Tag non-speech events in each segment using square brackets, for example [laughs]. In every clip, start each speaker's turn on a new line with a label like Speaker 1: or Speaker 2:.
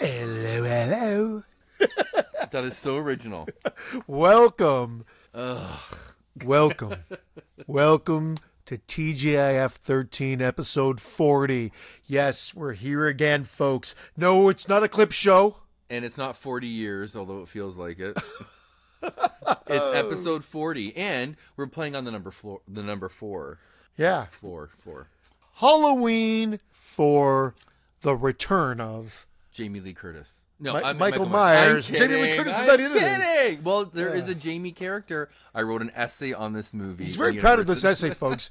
Speaker 1: Hello, hello.
Speaker 2: That is so original.
Speaker 1: Welcome. [laughs] Welcome. Welcome to TGIF 13, episode 40. Yes, we're here again, folks. No, it's not a clip show.
Speaker 2: And it's not 40 years, although it feels
Speaker 1: [laughs]
Speaker 2: like it.
Speaker 1: Oh.
Speaker 2: it's episode 40, and we're playing on the number floor, the number four
Speaker 1: Yeah.
Speaker 2: floor floor.
Speaker 1: Halloween for the return of.
Speaker 2: Jamie Lee Curtis. No,
Speaker 1: Mi-
Speaker 2: I meant
Speaker 1: Michael
Speaker 2: I'm
Speaker 1: Myers. Jamie Lee
Speaker 2: kidding.
Speaker 1: Curtis is
Speaker 2: I'm
Speaker 1: not in this.
Speaker 2: kidding. Well, there is a Jamie character. I wrote an essay on this movie.
Speaker 1: He's very
Speaker 2: in
Speaker 1: proud of this
Speaker 2: university.
Speaker 1: essay,
Speaker 2: [laughs]
Speaker 1: folks.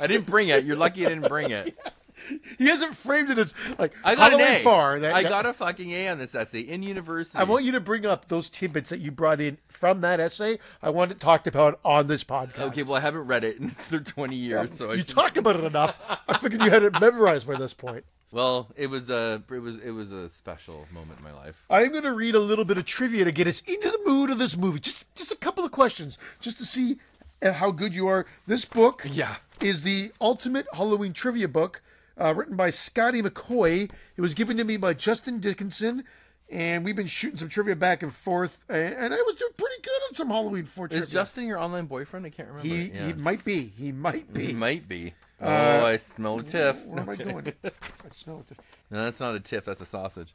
Speaker 2: I didn't bring it. You're lucky I didn't
Speaker 1: [laughs]
Speaker 2: bring it.
Speaker 1: He hasn't framed it as like
Speaker 2: I got
Speaker 1: Halloween
Speaker 2: an A.
Speaker 1: far. That,
Speaker 2: I
Speaker 1: that-
Speaker 2: got a fucking A on this essay in university.
Speaker 1: I want you to bring up those tidbits that you brought in from that essay. I want it talked about on this podcast.
Speaker 2: okay, well, I haven't read it in [laughs] 20 years, so I
Speaker 1: you
Speaker 2: should
Speaker 1: talk about it enough. I figured you had it memorized by this point.
Speaker 2: Well, it was a it was it was a special moment in my life.
Speaker 1: I'm going to read a little bit of trivia to get us into the mood of this movie. Just just a couple of questions, just to see uh, how good you are. This book,
Speaker 2: Yeah.
Speaker 1: is the ultimate Halloween trivia book, uh, written by Scotty McCoy. It was given to me by Justin Dickinson. And we've been shooting some trivia back and forth, a- and I was doing pretty good on some Halloween for trivia.
Speaker 2: Is Justin your online boyfriend? I can't remember.
Speaker 1: Oh, He,
Speaker 2: yeah.
Speaker 1: he might be. He might be.
Speaker 2: He
Speaker 1: Uh,
Speaker 2: [laughs] might be. oh, I smell a tiff.
Speaker 1: Where am I going? I smell it.
Speaker 2: No, that's not a tiff. That's
Speaker 1: [laughs]
Speaker 2: a sausage.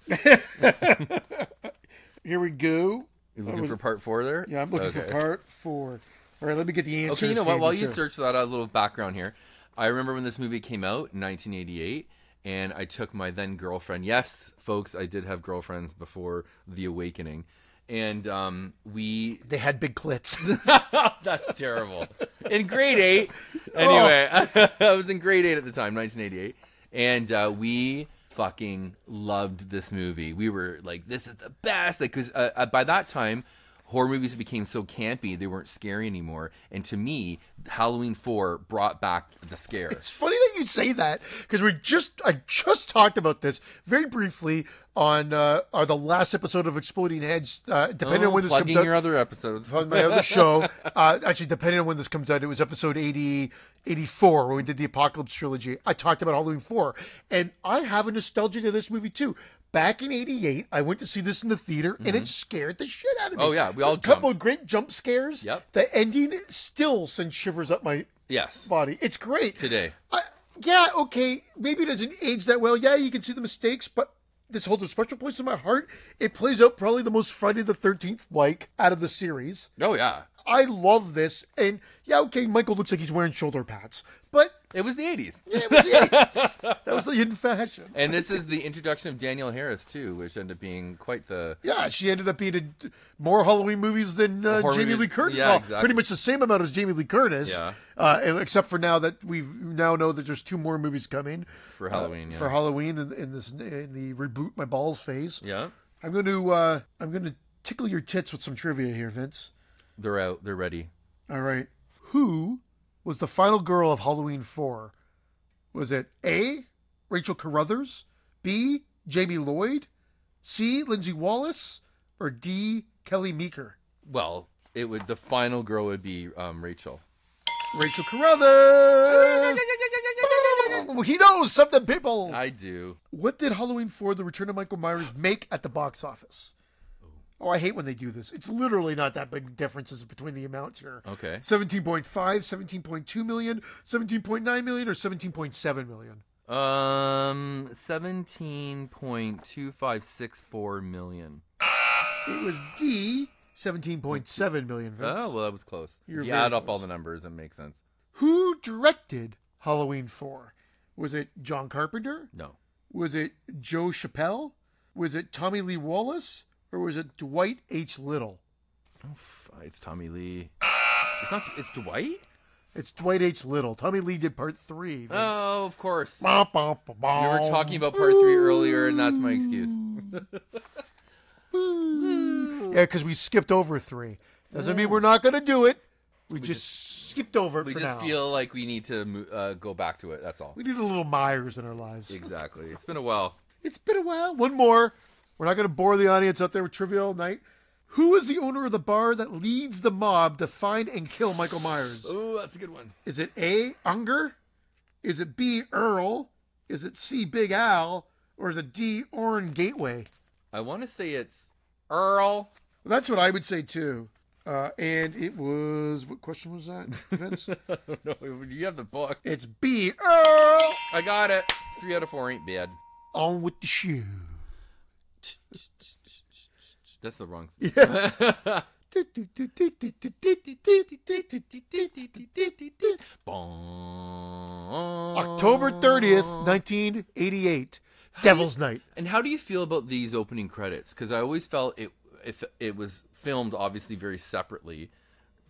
Speaker 1: Here we go.
Speaker 2: You looking for part four there?
Speaker 1: Yeah, I'm looking for
Speaker 2: Okay.
Speaker 1: part four. All right, let me get the answers.
Speaker 2: Okay, you know what?
Speaker 1: handy,
Speaker 2: While you
Speaker 1: too.
Speaker 2: search for that, a little background here. I remember when this movie came out in 1988, and I took my then girlfriend. Yes, folks, I did have girlfriends before The Awakening, and um, we
Speaker 1: they had big clits. [laughs]
Speaker 2: That's terrible. In grade eight.
Speaker 1: Oh.
Speaker 2: Anyway, [laughs] I was in grade eight at the time, 1988. And uh, we fucking loved this movie. We were like, this is the best. Like, because uh, uh, by that time, horror movies became so campy, they weren't scary anymore. And to me, Halloween 4 brought back the scare.
Speaker 1: it's funny that you say that because we just I just talked about this very briefly on uh, on the last episode of Exploding Heads. Uh, depending on when this
Speaker 2: Oh, Plugging
Speaker 1: comes out,
Speaker 2: your other episodes.
Speaker 1: on my other
Speaker 2: [laughs]
Speaker 1: show. Uh, actually, depending on when this comes out, it was episode 80, 84 when we did the Apocalypse trilogy. I talked about Halloween 4. And I have a nostalgia to this movie, too. Back in 88, I went to see this in the theater and it scared the shit out of me.
Speaker 2: Mm-hmm. Oh, yeah, we all
Speaker 1: A couple of great jump scares.
Speaker 2: Yep.
Speaker 1: The ending still sends shivers up my
Speaker 2: Yes.
Speaker 1: body. It's great.
Speaker 2: Today.
Speaker 1: I, yeah, okay, maybe it doesn't age that well. Yeah, you can see the mistakes, but this holds a special place in my heart. It plays out probably the most Friday the 13th like out of the series.
Speaker 2: Oh, yeah.
Speaker 1: I love this. And yeah, okay, Michael looks like he's wearing shoulder pads, but
Speaker 2: It was the 80s.
Speaker 1: it was the 80s. [laughs] That was the in fashion.
Speaker 2: And this is the introduction of Danielle Harris, too, which ended up being quite the.
Speaker 1: Yeah, she ended up being in more Halloween movies than uh,
Speaker 2: Horror
Speaker 1: Jamie
Speaker 2: movies-
Speaker 1: Lee Curtis.
Speaker 2: yeah,
Speaker 1: well,
Speaker 2: exactly.
Speaker 1: pretty much the same amount as Jamie Lee Curtis.
Speaker 2: Yeah.
Speaker 1: Uh, and- except for now that we now know that there's two more movies coming
Speaker 2: For Halloween, yeah.
Speaker 1: Uh, for Halloween in, in this in the reboot my balls phase.
Speaker 2: Yeah.
Speaker 1: I'm going to uh, I'm going to tickle your tits with some trivia here, Vince.
Speaker 2: They're out. They're ready.
Speaker 1: All right. Who was the final girl of Halloween 4? Was it A, Rachel Carruthers, B, Jamie Lloyd, C, Lindsay Wallace, or D, Kelly Meeker?
Speaker 2: Well, it would. The final girl would be um, Rachel.
Speaker 1: Rachel Carruthers! he knows something, people!
Speaker 2: I do.
Speaker 1: What did Halloween 4, The Return of Michael Myers, make at the box office? Oh, I hate when they do this. It's literally not that big differences between the amounts here.
Speaker 2: Okay.
Speaker 1: 17.5, 17.2 million, 17.9 million, or 17.7 million?
Speaker 2: Um, seventeen point two five six four million.
Speaker 1: It was D, 17.7 million. Vince.
Speaker 2: Oh well, that was close.
Speaker 1: You're
Speaker 2: if you
Speaker 1: very
Speaker 2: add up all
Speaker 1: close.
Speaker 2: the numbers, it makes sense.
Speaker 1: Who directed Halloween 4? Was it John Carpenter?
Speaker 2: No,
Speaker 1: Was it Joe Chappelle? Was it Tommy Lee Wallace? Or was it Dwight H. Little?
Speaker 2: Oof, it's Tommy Lee. It's not. It's Dwight.
Speaker 1: It's Dwight H. Little. Tommy Lee did part three. Vince.
Speaker 2: Oh, of course. We
Speaker 1: Bah, bah, bah, bah.
Speaker 2: were talking about part three earlier, and that's my excuse.
Speaker 1: Mm, Yeah, because we skipped over three. Doesn't mean we're not going to do it. We, just, skipped over it
Speaker 2: We
Speaker 1: for
Speaker 2: just
Speaker 1: now.
Speaker 2: feel like we need to mo- uh, go back to it. That's all.
Speaker 1: we need a little Myers in our lives.
Speaker 2: Exactly. It's been a while.
Speaker 1: It's been a while. One more. We're not going to bore the audience out there with trivia all night. Who is the owner of the bar that leads the mob to find and kill Michael Myers?
Speaker 2: Oh, that's a good one.
Speaker 1: Is it A. Unger, Is it B Earl? Is it C Big Al? Or is it D Orrin Gateway?
Speaker 2: I want to say it's Earl.
Speaker 1: That's what I would say too. Uh, and it was what question was that? Vince?
Speaker 2: I [laughs] don't know. You have the book.
Speaker 1: it's B Earl.
Speaker 2: I got it. Three out of four ain't bad.
Speaker 1: On with the shoe.
Speaker 2: That's the wrong.
Speaker 1: Yeah.
Speaker 2: [laughs]
Speaker 1: October
Speaker 2: October
Speaker 1: 30th, 1988. Devil's Night.
Speaker 2: And how do you feel about these opening credits? Because I always felt it if it was filmed obviously very separately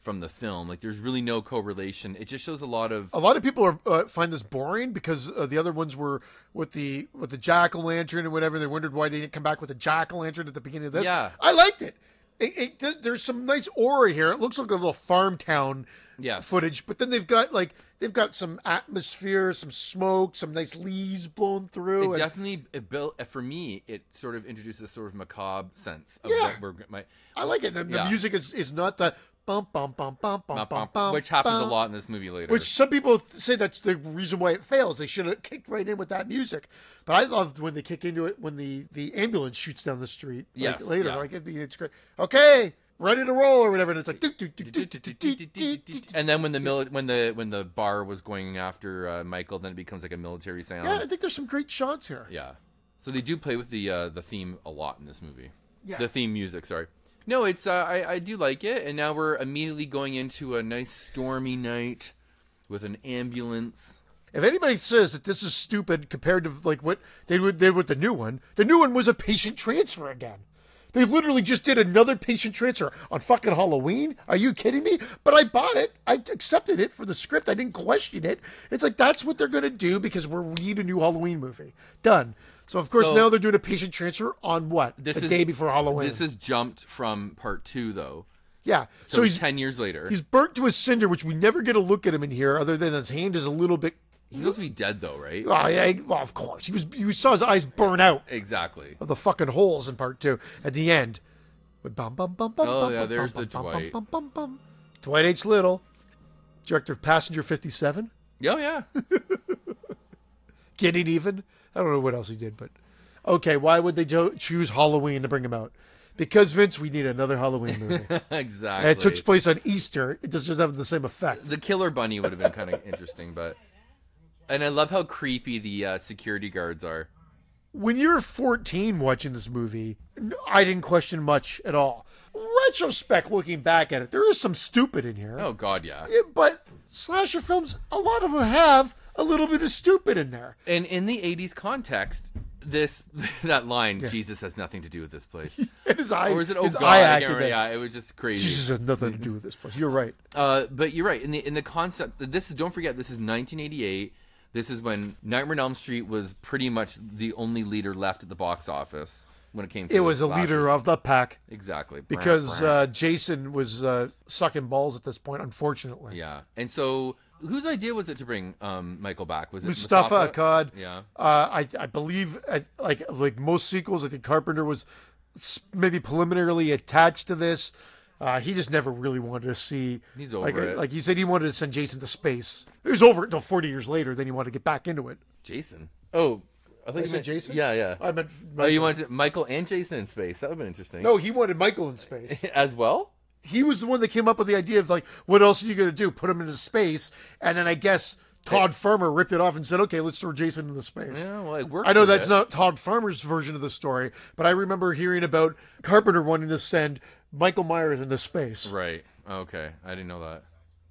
Speaker 2: from the film. Like there's really no correlation. It just shows a lot of
Speaker 1: A lot of people are, uh, find this boring because uh, the other ones were with the with the jack o' lantern and whatever. They wondered why they didn't come back with the jack o' lantern at the beginning of this.
Speaker 2: Yeah.
Speaker 1: I liked it. It, it. there- There's some nice aura here. It looks like a little farm town
Speaker 2: yeah.
Speaker 1: footage, but then they've got like they've got some atmosphere, some smoke, some nice leaves blowing through.
Speaker 2: It
Speaker 1: and-
Speaker 2: definitely it built eh, for me. It sort of introduces a sort of macabre sense of
Speaker 1: Yeah.
Speaker 2: what we're my,
Speaker 1: I like it. And the
Speaker 2: Yeah.
Speaker 1: music is, is not the bum bum bum bum bum bum bum,
Speaker 2: which happens a
Speaker 1: bum,
Speaker 2: lot in this movie later.
Speaker 1: Which some people th- say that's the reason why it fails. They should have kicked right in with that music. But I loved when they kick into it when the, the ambulance shoots down the street. like,
Speaker 2: Yes,
Speaker 1: later,
Speaker 2: yeah.
Speaker 1: like it'd be, it's great. Okay, ready to roll or whatever. And it's like, do, do, do, do, do, do, do, do, do,
Speaker 2: [laughs] and then when the mili- when the when the bar was going after uh, Michael, then it becomes like a military sound.
Speaker 1: yeah, I think there's some great shots here.
Speaker 2: Yeah. So they do play with the uh, the theme a lot in this movie.
Speaker 1: Yeah.
Speaker 2: The theme music, sorry. No, it's uh, I I do like it, and now we're immediately going into a nice stormy night with an ambulance.
Speaker 1: If anybody says that this is stupid compared to like what they would did with the new one, the new one was a patient transfer again. They literally just did another patient transfer on fucking Halloween. Are you kidding me? But I bought it. I accepted it for the script. I didn't question it. It's like that's what they're gonna do because we're we need a new Halloween movie. Done. So of course
Speaker 2: So-
Speaker 1: now they're doing a patient transfer on what
Speaker 2: This
Speaker 1: the
Speaker 2: is-
Speaker 1: day before Halloween.
Speaker 2: This is jumped from part two though.
Speaker 1: yeah.
Speaker 2: So,
Speaker 1: So, he's
Speaker 2: ten years later.
Speaker 1: he's burnt to a cinder, which we never get a look at him in here, other than his hand is a little bit.
Speaker 2: He's supposed to be dead though, right?
Speaker 1: Oh, yeah, well, of course. He was. You saw his eyes burn out.
Speaker 2: Exactly.
Speaker 1: of the fucking holes in part two at the end. With bum bum bum bum.
Speaker 2: Oh,
Speaker 1: bum,
Speaker 2: yeah,
Speaker 1: bum,
Speaker 2: there's
Speaker 1: bum,
Speaker 2: the
Speaker 1: bum, bum,
Speaker 2: Dwight.
Speaker 1: Bum, bum, bum. Dwight H. Little, director of Passenger 57,
Speaker 2: Oh yeah. [laughs]
Speaker 1: Getting Even. I don't know what else he did, but okay. Why would they do- choose Halloween to bring him out? Because Vince, we need another Halloween
Speaker 2: [laughs]
Speaker 1: movie. And
Speaker 2: exactly.
Speaker 1: it took place on Easter. It just doesn't have the same effect.
Speaker 2: the killer bunny would have been kind of interesting, but and I love how creepy the uh, security guards are.
Speaker 1: when you're 14 watching this movie, n- I didn't question much at all. Retrospect, looking back at it, there is some stupid in here.
Speaker 2: Oh God, yeah.
Speaker 1: Yeah, but slasher films, a lot of them have a little bit of stupid in there. [laughs]
Speaker 2: And in the '80s context, this [laughs] that line "Jesus has nothing to do with
Speaker 1: [laughs]
Speaker 2: this place,"
Speaker 1: And his eye,
Speaker 2: or is it "Oh
Speaker 1: his
Speaker 2: God"?
Speaker 1: eye
Speaker 2: I can't
Speaker 1: acted
Speaker 2: remember.
Speaker 1: that
Speaker 2: yeah, it was just crazy.
Speaker 1: [laughs] Jesus has nothing to do with this place. You're right.
Speaker 2: Uh, but you're right. In the in the concept, this is don't forget this is 1988. This is when Nightmare on Elm Street was pretty much the only leader left at the box office when it came. to
Speaker 1: It was
Speaker 2: the
Speaker 1: a leader of the pack
Speaker 2: exactly
Speaker 1: because uh, Jason was uh, sucking balls at this point, unfortunately.
Speaker 2: Yeah, and so whose idea was it to bring um, Michael back? Was it
Speaker 1: Mustafa Akkad.
Speaker 2: Yeah,
Speaker 1: Uh, I, I believe, uh like like most sequels, I think Carpenter was s- maybe preliminarily attached to this. Uh, he just never really wanted to see.
Speaker 2: He's
Speaker 1: like, uh,
Speaker 2: over it.
Speaker 1: Like he said, he wanted to send Jason to space. It was over until 40 years later. Then he wanted to get back into it.
Speaker 2: Jason. Oh, I think you
Speaker 1: said
Speaker 2: meant-
Speaker 1: Jason?
Speaker 2: Yeah, yeah.
Speaker 1: I meant.
Speaker 2: oh, you wanted Michael and Jason in space? That would have been interesting.
Speaker 1: No, he wanted Michael in
Speaker 2: [laughs]
Speaker 1: space.
Speaker 2: as well.
Speaker 1: he was the one that came up with the idea of like, what else are you going to do? Put him into space, and then I guess Todd Farmer ripped it off and said, okay, let's throw Jason into space.
Speaker 2: Yeah, Oh, well, it worked.
Speaker 1: I know
Speaker 2: for
Speaker 1: that's
Speaker 2: this.
Speaker 1: not Todd Farmer's version of the story, but I remember hearing about Carpenter wanting to send Michael Myers into space.
Speaker 2: right. Okay, I didn't know that.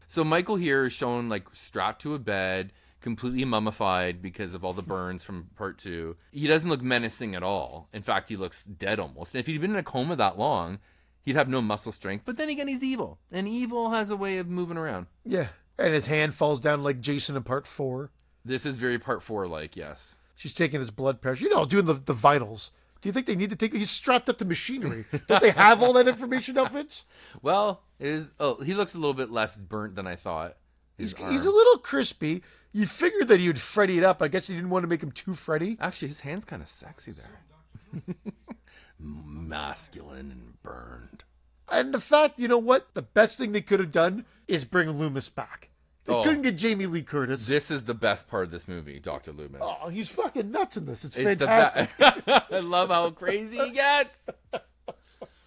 Speaker 2: So Michael here is shown like strapped to a bed, completely mummified because of all the burns from part two. He doesn't look menacing at all. In fact, he looks dead almost. And if he'd been in a coma that long, he'd have no muscle strength. But then again, he's evil, and evil has a way of moving around.
Speaker 1: Yeah, and his hand falls down like Jason in part four.
Speaker 2: This is very part four like. Yes.
Speaker 1: She's taking his blood pressure. You know, doing the, the vitals. Do you think they need to take? He's strapped up to
Speaker 2: [laughs]
Speaker 1: machinery. Don't they have all that information, now, Vince?
Speaker 2: Well, it is. Oh, he looks a little bit less burnt than I thought. His
Speaker 1: He's, he's a
Speaker 2: arm.
Speaker 1: little crispy. You figured that he would freddy it up. I guess he didn't want to make him too freddy.
Speaker 2: Actually, his hand's kind of sexy there. [laughs] Masculine and burned.
Speaker 1: And the fact, you know what? The best thing they could have done is bring Loomis back. They
Speaker 2: Oh.
Speaker 1: couldn't get Jamie Lee Curtis.
Speaker 2: This is the best part of this movie, Doctor Loomis.
Speaker 1: oh, he's fucking nuts in this. It's,
Speaker 2: It's the
Speaker 1: fantastic.
Speaker 2: best. [laughs] I love how crazy
Speaker 1: [laughs]
Speaker 2: he gets.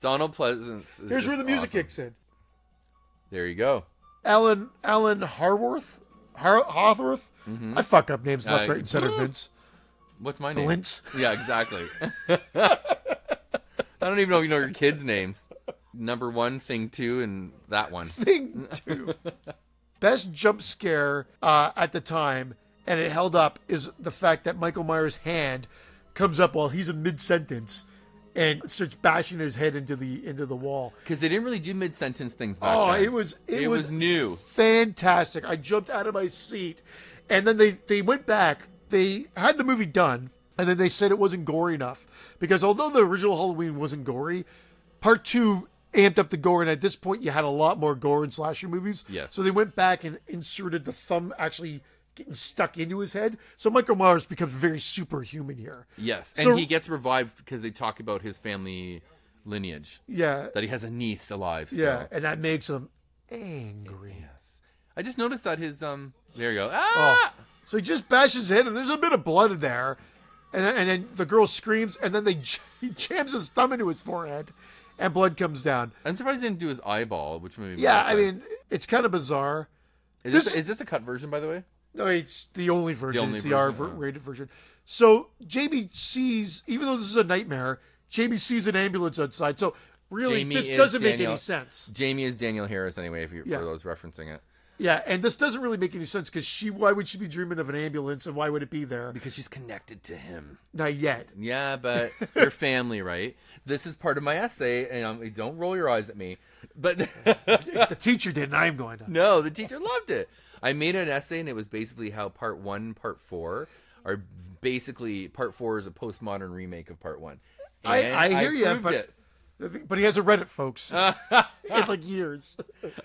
Speaker 2: Donald Pleasance. Is
Speaker 1: Here's where
Speaker 2: just
Speaker 1: the music
Speaker 2: awesome.
Speaker 1: kicks in.
Speaker 2: There you go.
Speaker 1: Alan Alan Harworth, Har- Hawthorth. I fuck up names left,
Speaker 2: Uh,
Speaker 1: right, and
Speaker 2: [laughs]
Speaker 1: center. Vince
Speaker 2: What's my name?
Speaker 1: Blintz. [laughs]
Speaker 2: Yeah, exactly. I don't even know if you know your kids' names. Number one, thing two, and that one.
Speaker 1: Thing two.
Speaker 2: [laughs]
Speaker 1: Best jump scare uh, at the time, and it held up is the fact that Michael Myers' hand comes up while he's in mid sentence and starts bashing his head into the into the wall.
Speaker 2: Because they didn't really do mid sentence things back
Speaker 1: Oh,
Speaker 2: then.
Speaker 1: it was it,
Speaker 2: It was new.
Speaker 1: fantastic. I jumped out of my seat, and then they they went back. They had the movie done, and then they said it wasn't gory enough because although the original Halloween wasn't gory, part two amped up the gore, and at this point you had a lot more gore in slasher movies.
Speaker 2: Yes.
Speaker 1: So they went back and inserted the thumb actually getting stuck into his head. So Michael Myers becomes very superhuman here.
Speaker 2: Yes, and
Speaker 1: So-
Speaker 2: he gets revived because they talk about his family lineage
Speaker 1: Yeah.
Speaker 2: that he has a niece alive. Still.
Speaker 1: yeah, and that makes him angry.
Speaker 2: Yes. I just noticed that his um. There you go. Ah.
Speaker 1: So he just bashes his head, and there's a bit of blood in there. And then, and then the girl screams, and then they [laughs] j- he jams his thumb into his forehead, and blood comes down.
Speaker 2: I'm surprised he didn't do his eyeball, which maybe.
Speaker 1: Yeah, I mean, it's kind of bizarre.
Speaker 2: is this,
Speaker 1: this-
Speaker 2: is this a cut version, by the way?
Speaker 1: No, it's the only version.
Speaker 2: only
Speaker 1: it's the R
Speaker 2: version,
Speaker 1: ver-
Speaker 2: yeah.
Speaker 1: rated version. So Jamie sees, even though this is a nightmare, Jamie sees an ambulance outside. So really,
Speaker 2: Jamie
Speaker 1: this
Speaker 2: is
Speaker 1: doesn't make any
Speaker 2: Daniel-
Speaker 1: sense.
Speaker 2: Jamie is Daniel Harris anyway. If you
Speaker 1: Yeah.
Speaker 2: for those referencing it,
Speaker 1: Yeah, and this doesn't really make any sense because she, why would she be dreaming of an ambulance, and why would it be there?
Speaker 2: because she's connected to him.
Speaker 1: Not yet.
Speaker 2: Yeah, but your family, right? This is part of my essay, and um, don't roll your eyes at me. But [laughs]
Speaker 1: If the teacher didn't, I'm going to.
Speaker 2: no, the teacher loved it. I made an essay, and it was basically how part one, part four are basically part four is a postmodern remake of part one.
Speaker 1: I-
Speaker 2: And
Speaker 1: I hear ya,
Speaker 2: proved
Speaker 1: but-
Speaker 2: it.
Speaker 1: I think- But he hasn't read it,
Speaker 2: [laughs]
Speaker 1: folks. in like years.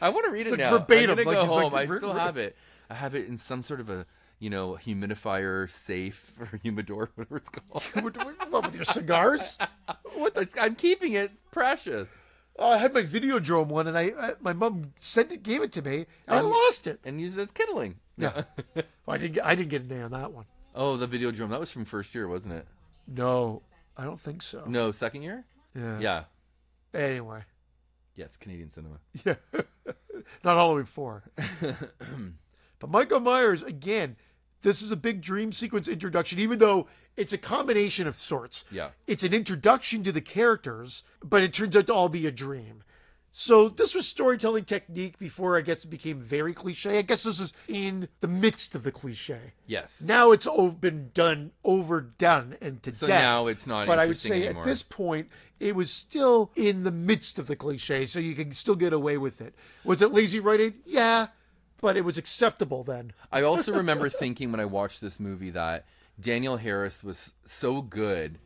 Speaker 2: I want to read it
Speaker 1: like
Speaker 2: now.
Speaker 1: verbatim,
Speaker 2: I'm gonna
Speaker 1: like,
Speaker 2: go
Speaker 1: it's like
Speaker 2: home. I
Speaker 1: ver-
Speaker 2: still
Speaker 1: ver-
Speaker 2: have it. I have it in some sort of a you know humidifier safe [laughs] or humidor, whatever
Speaker 1: [laughs]
Speaker 2: it's called.
Speaker 1: what, what- what, with your cigars? Uh,
Speaker 2: what the? I'm keeping it precious.
Speaker 1: Oh, I had my Videodrome one, and I, I my mom sent it, gave it to me, and I lost it.
Speaker 2: and use it as kindling.
Speaker 1: Yeah, Well, I didn't. get- I didn't get an A on that one.
Speaker 2: [laughs] Oh, the video drum. That was from first year, wasn't it?
Speaker 1: No, I don't think so.
Speaker 2: No, second year?
Speaker 1: Yeah.
Speaker 2: Yeah.
Speaker 1: Anyway,
Speaker 2: Yes, Canadian cinema.
Speaker 1: [laughs] yeah, not Halloween four. but Michael Myers again. This is a big dream sequence introduction, even though it's a combination of sorts.
Speaker 2: Yeah.
Speaker 1: It's an introduction to the characters, but it turns out to all be a dream. So this was storytelling technique before I guess it became very cliche. I guess this is in the midst of the cliche.
Speaker 2: Yes.
Speaker 1: Now it's o- been done, overdone, and to
Speaker 2: so
Speaker 1: death.
Speaker 2: now it's not
Speaker 1: but I would
Speaker 2: interesting
Speaker 1: say
Speaker 2: anymore.
Speaker 1: at this point it was still in the midst of the cliche, so you can still get away with it. Was it lazy writing? Yeah, but it was acceptable then.
Speaker 2: I also remember thinking when I watched this movie that Danielle Harris was so good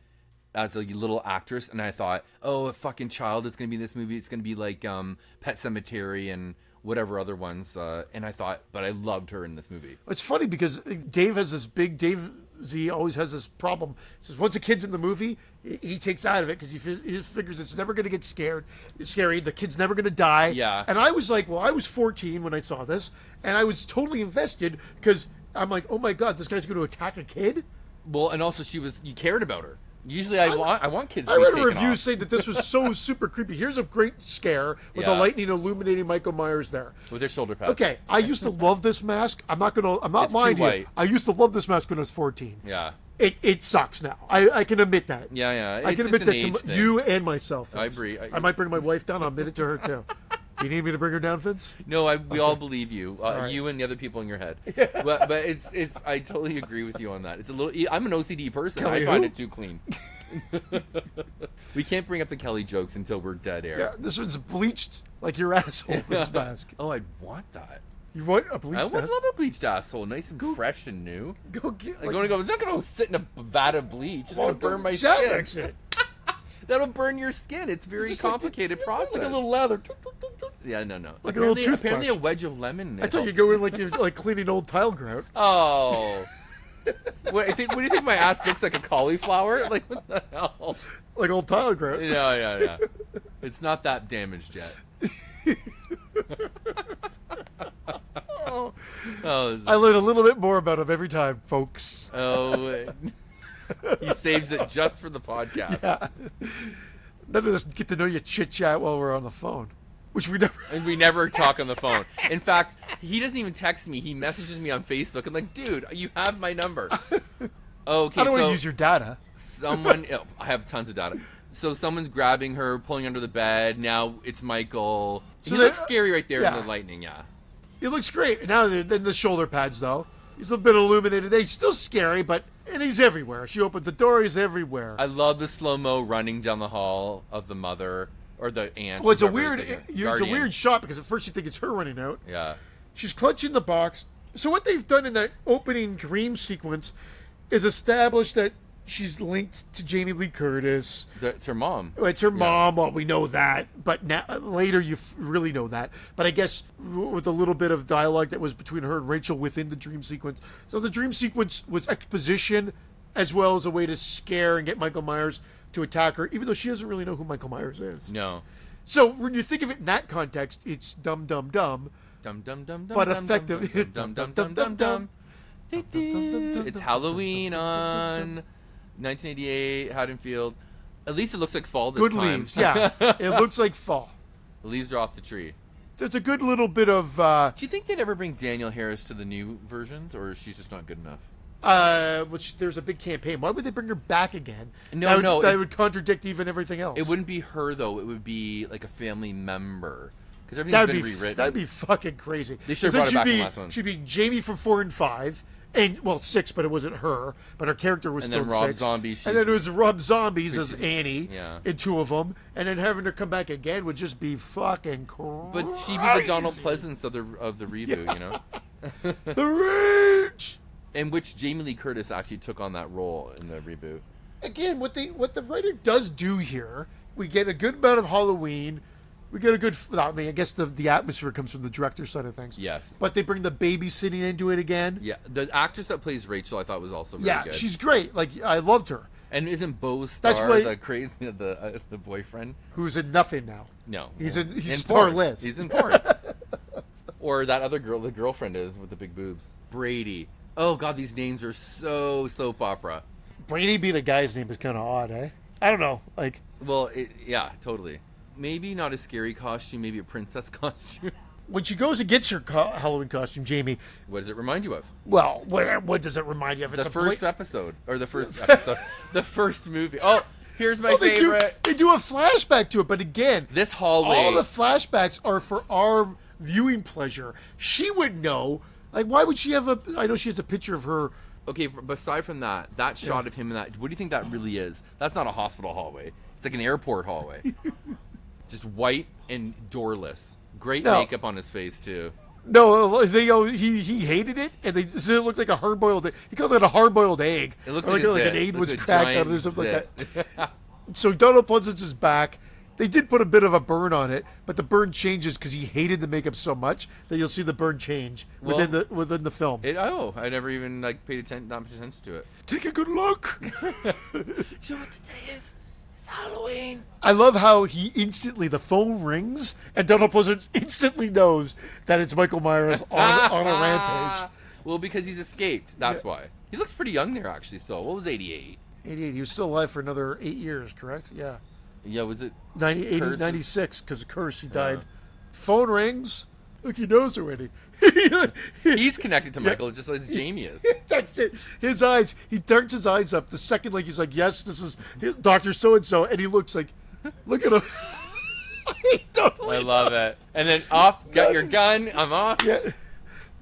Speaker 2: as a little actress, and I thought, oh, a fucking child is going to be in this movie. It's going to be like um, Pet Cemetery and whatever other ones. Uh, and I thought, but I loved her in this movie.
Speaker 1: It's funny because Dave has this big Dave Z always has this problem. He says once a kid's in the movie, he- he takes out of it because he, fi- he figures it's never going to get scared, it's scary. The kid's never going to die.
Speaker 2: Yeah.
Speaker 1: And I was like, well, I was 14 when I saw this, and I was totally invested because I'm like, oh my god, this guy's going to attack a kid.
Speaker 2: Well, and also she was, you cared about her. Usually I, want, I want kids to
Speaker 1: I
Speaker 2: be
Speaker 1: read a
Speaker 2: taken
Speaker 1: review
Speaker 2: off.
Speaker 1: saying that this was
Speaker 2: [laughs]
Speaker 1: so super creepy. Here's a great scare with the
Speaker 2: Yeah.
Speaker 1: lightning illuminating Michael Myers there.
Speaker 2: with their shoulder pads.
Speaker 1: Okay, I used
Speaker 2: [laughs]
Speaker 1: to love this mask. I'm not gonna. I'm not
Speaker 2: It's too
Speaker 1: lying to you.
Speaker 2: white.
Speaker 1: I used to love this mask when I was 14.
Speaker 2: Yeah.
Speaker 1: it, it sucks now. I, I can admit that.
Speaker 2: Yeah, yeah.
Speaker 1: I
Speaker 2: It's
Speaker 1: can admit
Speaker 2: just an
Speaker 1: that to
Speaker 2: age
Speaker 1: m-
Speaker 2: thing.
Speaker 1: you and myself.
Speaker 2: I
Speaker 1: Vince.
Speaker 2: agree. I-
Speaker 1: I, might bring my wife down. I'll admit it to her too. [laughs] you need me to bring her down, Vince?
Speaker 2: No, I, we all believe you, uh,
Speaker 1: right.
Speaker 2: you and the other people in
Speaker 1: [laughs]
Speaker 2: your head. but, but it's it's I totally agree with you on that. It's a little. I'm an OCD person.
Speaker 1: Kelly
Speaker 2: I find
Speaker 1: who?
Speaker 2: it too clean. [laughs] we can't bring up the Kelly jokes until we're dead air.
Speaker 1: Yeah, this one's bleached like your [laughs] asshole.
Speaker 2: [laughs]
Speaker 1: This mask.
Speaker 2: Oh, I'd want that.
Speaker 1: You want a bleached
Speaker 2: I would
Speaker 1: ass-
Speaker 2: love a bleached asshole, nice and fresh and new.
Speaker 1: [laughs] Go get.
Speaker 2: Like, I'm gonna go. I'm not gonna sit in a vat of bleach. It's gonna
Speaker 1: Well,
Speaker 2: burn my
Speaker 1: Jack
Speaker 2: skin.
Speaker 1: likes it.
Speaker 2: That'll burn your skin. It's very
Speaker 1: Just like the-
Speaker 2: complicated process.
Speaker 1: Like a little
Speaker 2: [laughs]
Speaker 1: lather.
Speaker 2: yeah, no, no.
Speaker 1: like a little
Speaker 2: Apparently- Apparently, a
Speaker 1: toothbrush.
Speaker 2: wedge of lemon.
Speaker 1: I thought you go in like you're like cleaning old tile grout.
Speaker 2: Oh. what, I think, what do you think my ass looks like? A cauliflower? Like what the hell?
Speaker 1: Like old tile grout.
Speaker 2: No, yeah, yeah. It's not that damaged yet.
Speaker 1: Oh.
Speaker 2: Oh,
Speaker 1: I learn a little bit more about him every time, folks. [laughs]
Speaker 2: oh. he saves it just for the podcast.
Speaker 1: None of us get to know your chit chat while we're on the phone, which we never.
Speaker 2: And we never talk on the phone. In fact, he doesn't even text me. He messages me on Facebook. I'm like, dude, you have
Speaker 1: [laughs]
Speaker 2: my number. Okay,
Speaker 1: I don't want
Speaker 2: so
Speaker 1: to use your data.
Speaker 2: someone, [laughs] oh, I have tons of data. So someone's grabbing her, pulling under the bed. Now it's Michael.
Speaker 1: So
Speaker 2: he
Speaker 1: they-
Speaker 2: looks scary right there
Speaker 1: yeah.
Speaker 2: in the lightning. Yeah,
Speaker 1: It looks great. Now the- then the shoulder pads though. He's a bit illuminated. They still scary, but and he's everywhere. She opens the door. He's everywhere.
Speaker 2: I love the slow mo running down the hall of the mother or the aunt.
Speaker 1: well, it's a
Speaker 2: whoever
Speaker 1: weird.
Speaker 2: it is,
Speaker 1: It,
Speaker 2: the
Speaker 1: it's a
Speaker 2: guardian.
Speaker 1: weird shot because at first you think it's her running out.
Speaker 2: Yeah,
Speaker 1: She's clutching the box. So what they've done in that opening dream sequence is establish that she's linked to Jamie Lee Curtis.
Speaker 2: The- it's her mom.
Speaker 1: It's her mom. Well, we know that, but now later you f- really know that. But I guess w- with a little bit of dialogue that was between her and Rachel within the dream sequence. So the dream sequence was exposition as well as a way to scare and get Michael Myers to attack her, even though she doesn't really know who Michael Myers is.
Speaker 2: No,
Speaker 1: So when you think of it in that context, it's dumb, dumb, dumb.
Speaker 2: dum dum dum dum.
Speaker 1: But
Speaker 2: dum, dum,
Speaker 1: effective-
Speaker 2: Dum dum dum dum dum. dum.
Speaker 1: [laughs] dum,
Speaker 2: It's
Speaker 1: dum,
Speaker 2: Halloween on 1988 Haddonfield. At least it looks like fall this
Speaker 1: Good
Speaker 2: time.
Speaker 1: leaves.
Speaker 2: [laughs]
Speaker 1: Yeah, it looks like fall.
Speaker 2: the leaves are off the tree.
Speaker 1: There's a good little bit of uh,
Speaker 2: Do you think they'd ever bring Daniel Harris to the new versions, or she's just not good enough?
Speaker 1: uh, which there's a big campaign. Why would they bring her back again?
Speaker 2: No,
Speaker 1: that would,
Speaker 2: no,
Speaker 1: that
Speaker 2: it-
Speaker 1: would contradict even everything else.
Speaker 2: It wouldn't be her though. It would be like a family member because everything's
Speaker 1: That'd
Speaker 2: been
Speaker 1: be
Speaker 2: rewritten.
Speaker 1: that'd be fucking crazy.
Speaker 2: They should've
Speaker 1: 'Cause then
Speaker 2: brought her
Speaker 1: she'd
Speaker 2: back in
Speaker 1: be,
Speaker 2: the last one.
Speaker 1: She'd be Jamie from four and five, and well six, but it wasn't her. But her character was
Speaker 2: And
Speaker 1: still
Speaker 2: then
Speaker 1: in
Speaker 2: Rob
Speaker 1: six.
Speaker 2: Zombie,
Speaker 1: and
Speaker 2: she's-
Speaker 1: then it was Rob Zombies as Annie
Speaker 2: yeah.
Speaker 1: in two of them, and then having her come back again would just be fucking crazy.
Speaker 2: but she'd be the Donald Pleasance of the of the reboot,
Speaker 1: [laughs]
Speaker 2: you know,
Speaker 1: the Reach.
Speaker 2: in which Jamie Lee Curtis actually took on that role in the reboot.
Speaker 1: again, what the what the writer does do here, we get a good amount of Halloween. We get a good. I mean, I guess the the atmosphere comes from the director side of things.
Speaker 2: Yes.
Speaker 1: But they bring the babysitting into it again.
Speaker 2: Yeah, the actress that plays Rachel, I thought was also really
Speaker 1: Yeah,
Speaker 2: good.
Speaker 1: she's great. Like I loved her.
Speaker 2: and isn't Bo Star
Speaker 1: why-
Speaker 2: the crazy [laughs] the uh, the boyfriend?
Speaker 1: Who's in nothing now?
Speaker 2: No,
Speaker 1: He's in- he's
Speaker 2: porn.
Speaker 1: starless.
Speaker 2: He's in porn.
Speaker 1: [laughs]
Speaker 2: or that other girl, the girlfriend is with the big boobs, Brady. Oh God, these names are so soap opera.
Speaker 1: Brady being a guy's name is kind of odd, eh? I don't know. Like
Speaker 2: Well, it, yeah, totally. Maybe not a scary costume, maybe a princess [laughs] costume.
Speaker 1: when she goes and gets her co- Halloween costume, Jamie.
Speaker 2: what does it remind you of?
Speaker 1: Well, what, what does it remind you of? It's
Speaker 2: The
Speaker 1: a
Speaker 2: first
Speaker 1: pla-
Speaker 2: episode or
Speaker 1: [laughs]
Speaker 2: the first episode, the first movie. Oh, here's my
Speaker 1: Well, they do,
Speaker 2: favorite.
Speaker 1: they do a flashback to it, but again,
Speaker 2: This hallway.
Speaker 1: all the flashbacks are for our viewing pleasure. She would know. Like, why would she have a? I know she has a picture of her.
Speaker 2: okay, b- aside from that, that shot of him in that, what do you think that really is? That's not a hospital hallway. It's like an airport
Speaker 1: [laughs]
Speaker 2: hallway. Just white and doorless. Great
Speaker 1: No.
Speaker 2: makeup on his face too.
Speaker 1: No, they oh, he he hated it, and they so it looked like a hard boiled. He called it a hard boiled egg.
Speaker 2: It looks
Speaker 1: Or
Speaker 2: like, a zit.
Speaker 1: an egg
Speaker 2: Looks
Speaker 1: was
Speaker 2: like a
Speaker 1: cracked out
Speaker 2: giant
Speaker 1: or something like
Speaker 2: zit.
Speaker 1: that. So Donald Pleasance is back. They did put a bit of a burn on it, but the burn changes because he hated the makeup so much that you'll see the burn change
Speaker 2: Well-
Speaker 1: within the within the film.
Speaker 2: [laughs] It, oh, I never even like paid attention, not much attention to it.
Speaker 1: Take a good [laughs] look.
Speaker 2: So what today is? It's Halloween.
Speaker 1: I love how he instantly the phone rings and Donald Pleasance instantly knows that it's Michael Myers on, on a [laughs]
Speaker 2: [laughs]
Speaker 1: rampage.
Speaker 2: Well, because he's escaped. That's why. He looks pretty young there, actually. Still, what was eighty-eight?
Speaker 1: 88. He was still alive for another eight years, correct? Yeah.
Speaker 2: Yeah,
Speaker 1: [laughs]
Speaker 2: was it?
Speaker 1: 90, 80,
Speaker 2: Curse.
Speaker 1: 96, because of curse, he died. Phone rings. Look, he knows already. [laughs]
Speaker 2: He's connected to Michael, just as
Speaker 1: [laughs]
Speaker 2: Jamie is.
Speaker 1: That's it. His eyes. He turns his eyes up the second, like he's like, "Yes, this is Doctor So and So," and he looks like, "Look at him." [laughs] he totally
Speaker 2: I love it.
Speaker 1: [laughs]
Speaker 2: And then off, got your gun. I'm off.
Speaker 1: Yeah.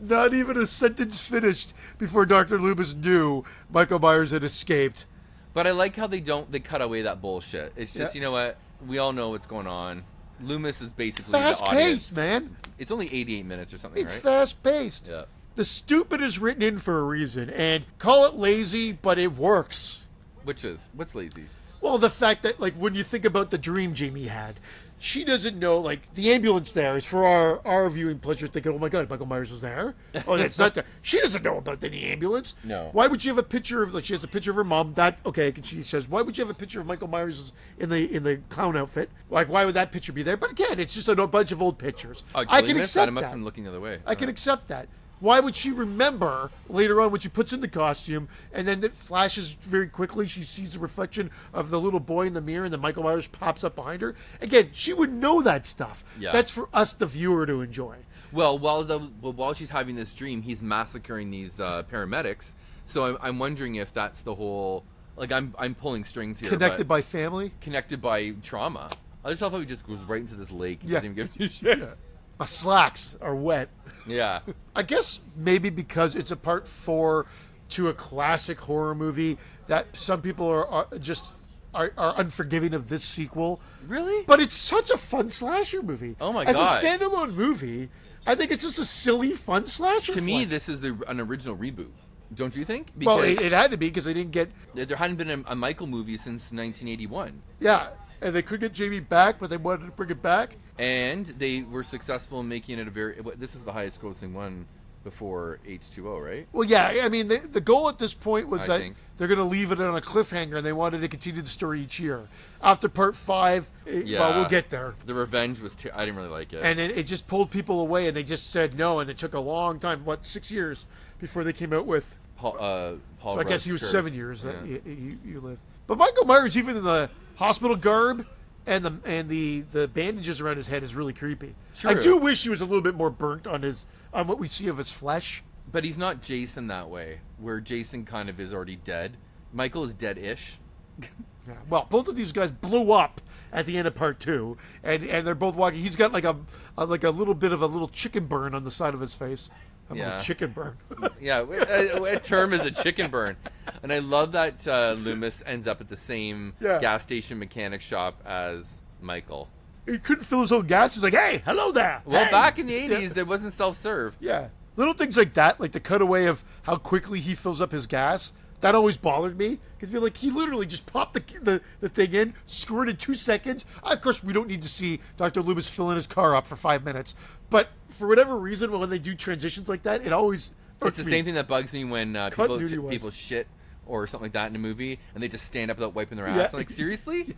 Speaker 1: Not even a sentence finished before Dr. Loomis knew Michael Myers had escaped.
Speaker 2: But I like how they don't. They cut away that bullshit. It's just
Speaker 1: Yeah.
Speaker 2: you know what? We all know what's going on. Loomis is basically
Speaker 1: Fast
Speaker 2: the audience.
Speaker 1: paced, man.
Speaker 2: It's only 88 minutes or something,
Speaker 1: It's
Speaker 2: right?
Speaker 1: fast paced.
Speaker 2: Yeah.
Speaker 1: The stupid is written in for a reason, and call it lazy, but it works.
Speaker 2: Which is what's lazy.
Speaker 1: Well, the fact that, like, when you think about the dream Jamie had, she doesn't know, like, the ambulance there is for our, our viewing pleasure, thinking, oh my God, Michael Myers was there. Oh, that's not there. She doesn't know about any ambulance.
Speaker 2: No.
Speaker 1: Why would she have a picture of, like, she has a picture of her mom? That, okay, and she says, why would you have a picture of Michael Myers in the in the clown outfit? Like, why would that picture be there? But again, it's just a bunch of old pictures.
Speaker 2: Oh,
Speaker 1: I
Speaker 2: Julie
Speaker 1: can
Speaker 2: missed that. I
Speaker 1: accept
Speaker 2: must
Speaker 1: that.
Speaker 2: have been looking the other way.
Speaker 1: I can accept that. Why would she remember later on when she puts in the costume and then it flashes very quickly? She sees the reflection of the little boy in the mirror and then Michael Myers pops up behind her. Again, she would know that stuff.
Speaker 2: Yeah.
Speaker 1: That's for us, the viewer, to enjoy.
Speaker 2: Well, while the well, while she's having this dream, he's massacring these uh, paramedics. So I'm, I'm wondering if that's the whole like I'm I'm pulling strings here.
Speaker 1: Connected
Speaker 2: but
Speaker 1: by family,
Speaker 2: connected by trauma. I just love how he just goes right into this lake. and
Speaker 1: Yeah.
Speaker 2: Doesn't even give two shits. [laughs]
Speaker 1: my slacks are wet.
Speaker 2: Yeah.
Speaker 1: I guess maybe because it's a part four to a classic horror movie that some people are, are just are, are unforgiving of this sequel.
Speaker 2: Really?
Speaker 1: But it's such a fun slasher movie.
Speaker 2: Oh my
Speaker 1: As
Speaker 2: God.
Speaker 1: a standalone movie, I think it's just a silly, fun slasher.
Speaker 2: to me,
Speaker 1: flick.
Speaker 2: this is the, an original reboot. Don't you think? Because
Speaker 1: well, it, it had to be because they didn't get
Speaker 2: there hadn't been a, a Michael movie since 1981,
Speaker 1: yeah, and they could get Jamie back, but they wanted to bring it back.
Speaker 2: and they were successful in making it a very. what- This is the highest-grossing one before H2O, right?
Speaker 1: Well, yeah, I mean, the, the goal at this point was
Speaker 2: I
Speaker 1: that
Speaker 2: think.
Speaker 1: they're going to leave it on a cliffhanger, and they wanted to continue the story each year. After part five, it- well, we'll
Speaker 2: Yeah.
Speaker 1: get there.
Speaker 2: The Revenge was. Ter- I didn't really like it.
Speaker 1: and it, it just pulled people away and they just said no and it took a long time what six years before they came out with
Speaker 2: Paul, uh, Paul
Speaker 1: so i guess
Speaker 2: Rudd's
Speaker 1: he was
Speaker 2: Curse.
Speaker 1: seven years that
Speaker 2: Yeah.
Speaker 1: you, you, you lived but michael myers even in the hospital garb and the and the the bandages around his head is really creepy i
Speaker 2: True.
Speaker 1: do wish he was a little bit more burnt on his on what we see of his flesh
Speaker 2: But he's not Jason that way, where Jason kind of is already dead. Michael is dead-ish.
Speaker 1: yeah. well both of these guys blew up at the end of part two and and they're both walking he's got like a, a like a little bit of a little chicken burn on the side of his face a
Speaker 2: Yeah.
Speaker 1: little chicken burn [laughs]
Speaker 2: Yeah, uh, a, a term is a chicken burn, and I love that uh, Loomis ends up at the same
Speaker 1: Yeah.
Speaker 2: gas station mechanic shop as Michael.
Speaker 1: he couldn't fill his own gas. He's like, "Hey, hello there."
Speaker 2: Well,
Speaker 1: Hey."
Speaker 2: back in the
Speaker 1: Yeah.
Speaker 2: '80s, there wasn't self-serve.
Speaker 1: yeah, little things like that, like the cutaway of how quickly he fills up his gas. That always bothered me because like he literally just popped the, the the thing in, squirted two seconds. Ah, Of course, we don't need to see Doctor Loomis filling his car up for five minutes, but for whatever reason, when they do transitions like that, it always irked
Speaker 2: It's the
Speaker 1: me.
Speaker 2: same thing that bugs me when uh, people
Speaker 1: Continuity was.
Speaker 2: people shit or something like that in a movie, and they just stand up without wiping their
Speaker 1: [laughs]
Speaker 2: ass.
Speaker 1: Yeah.
Speaker 2: I'm like seriously?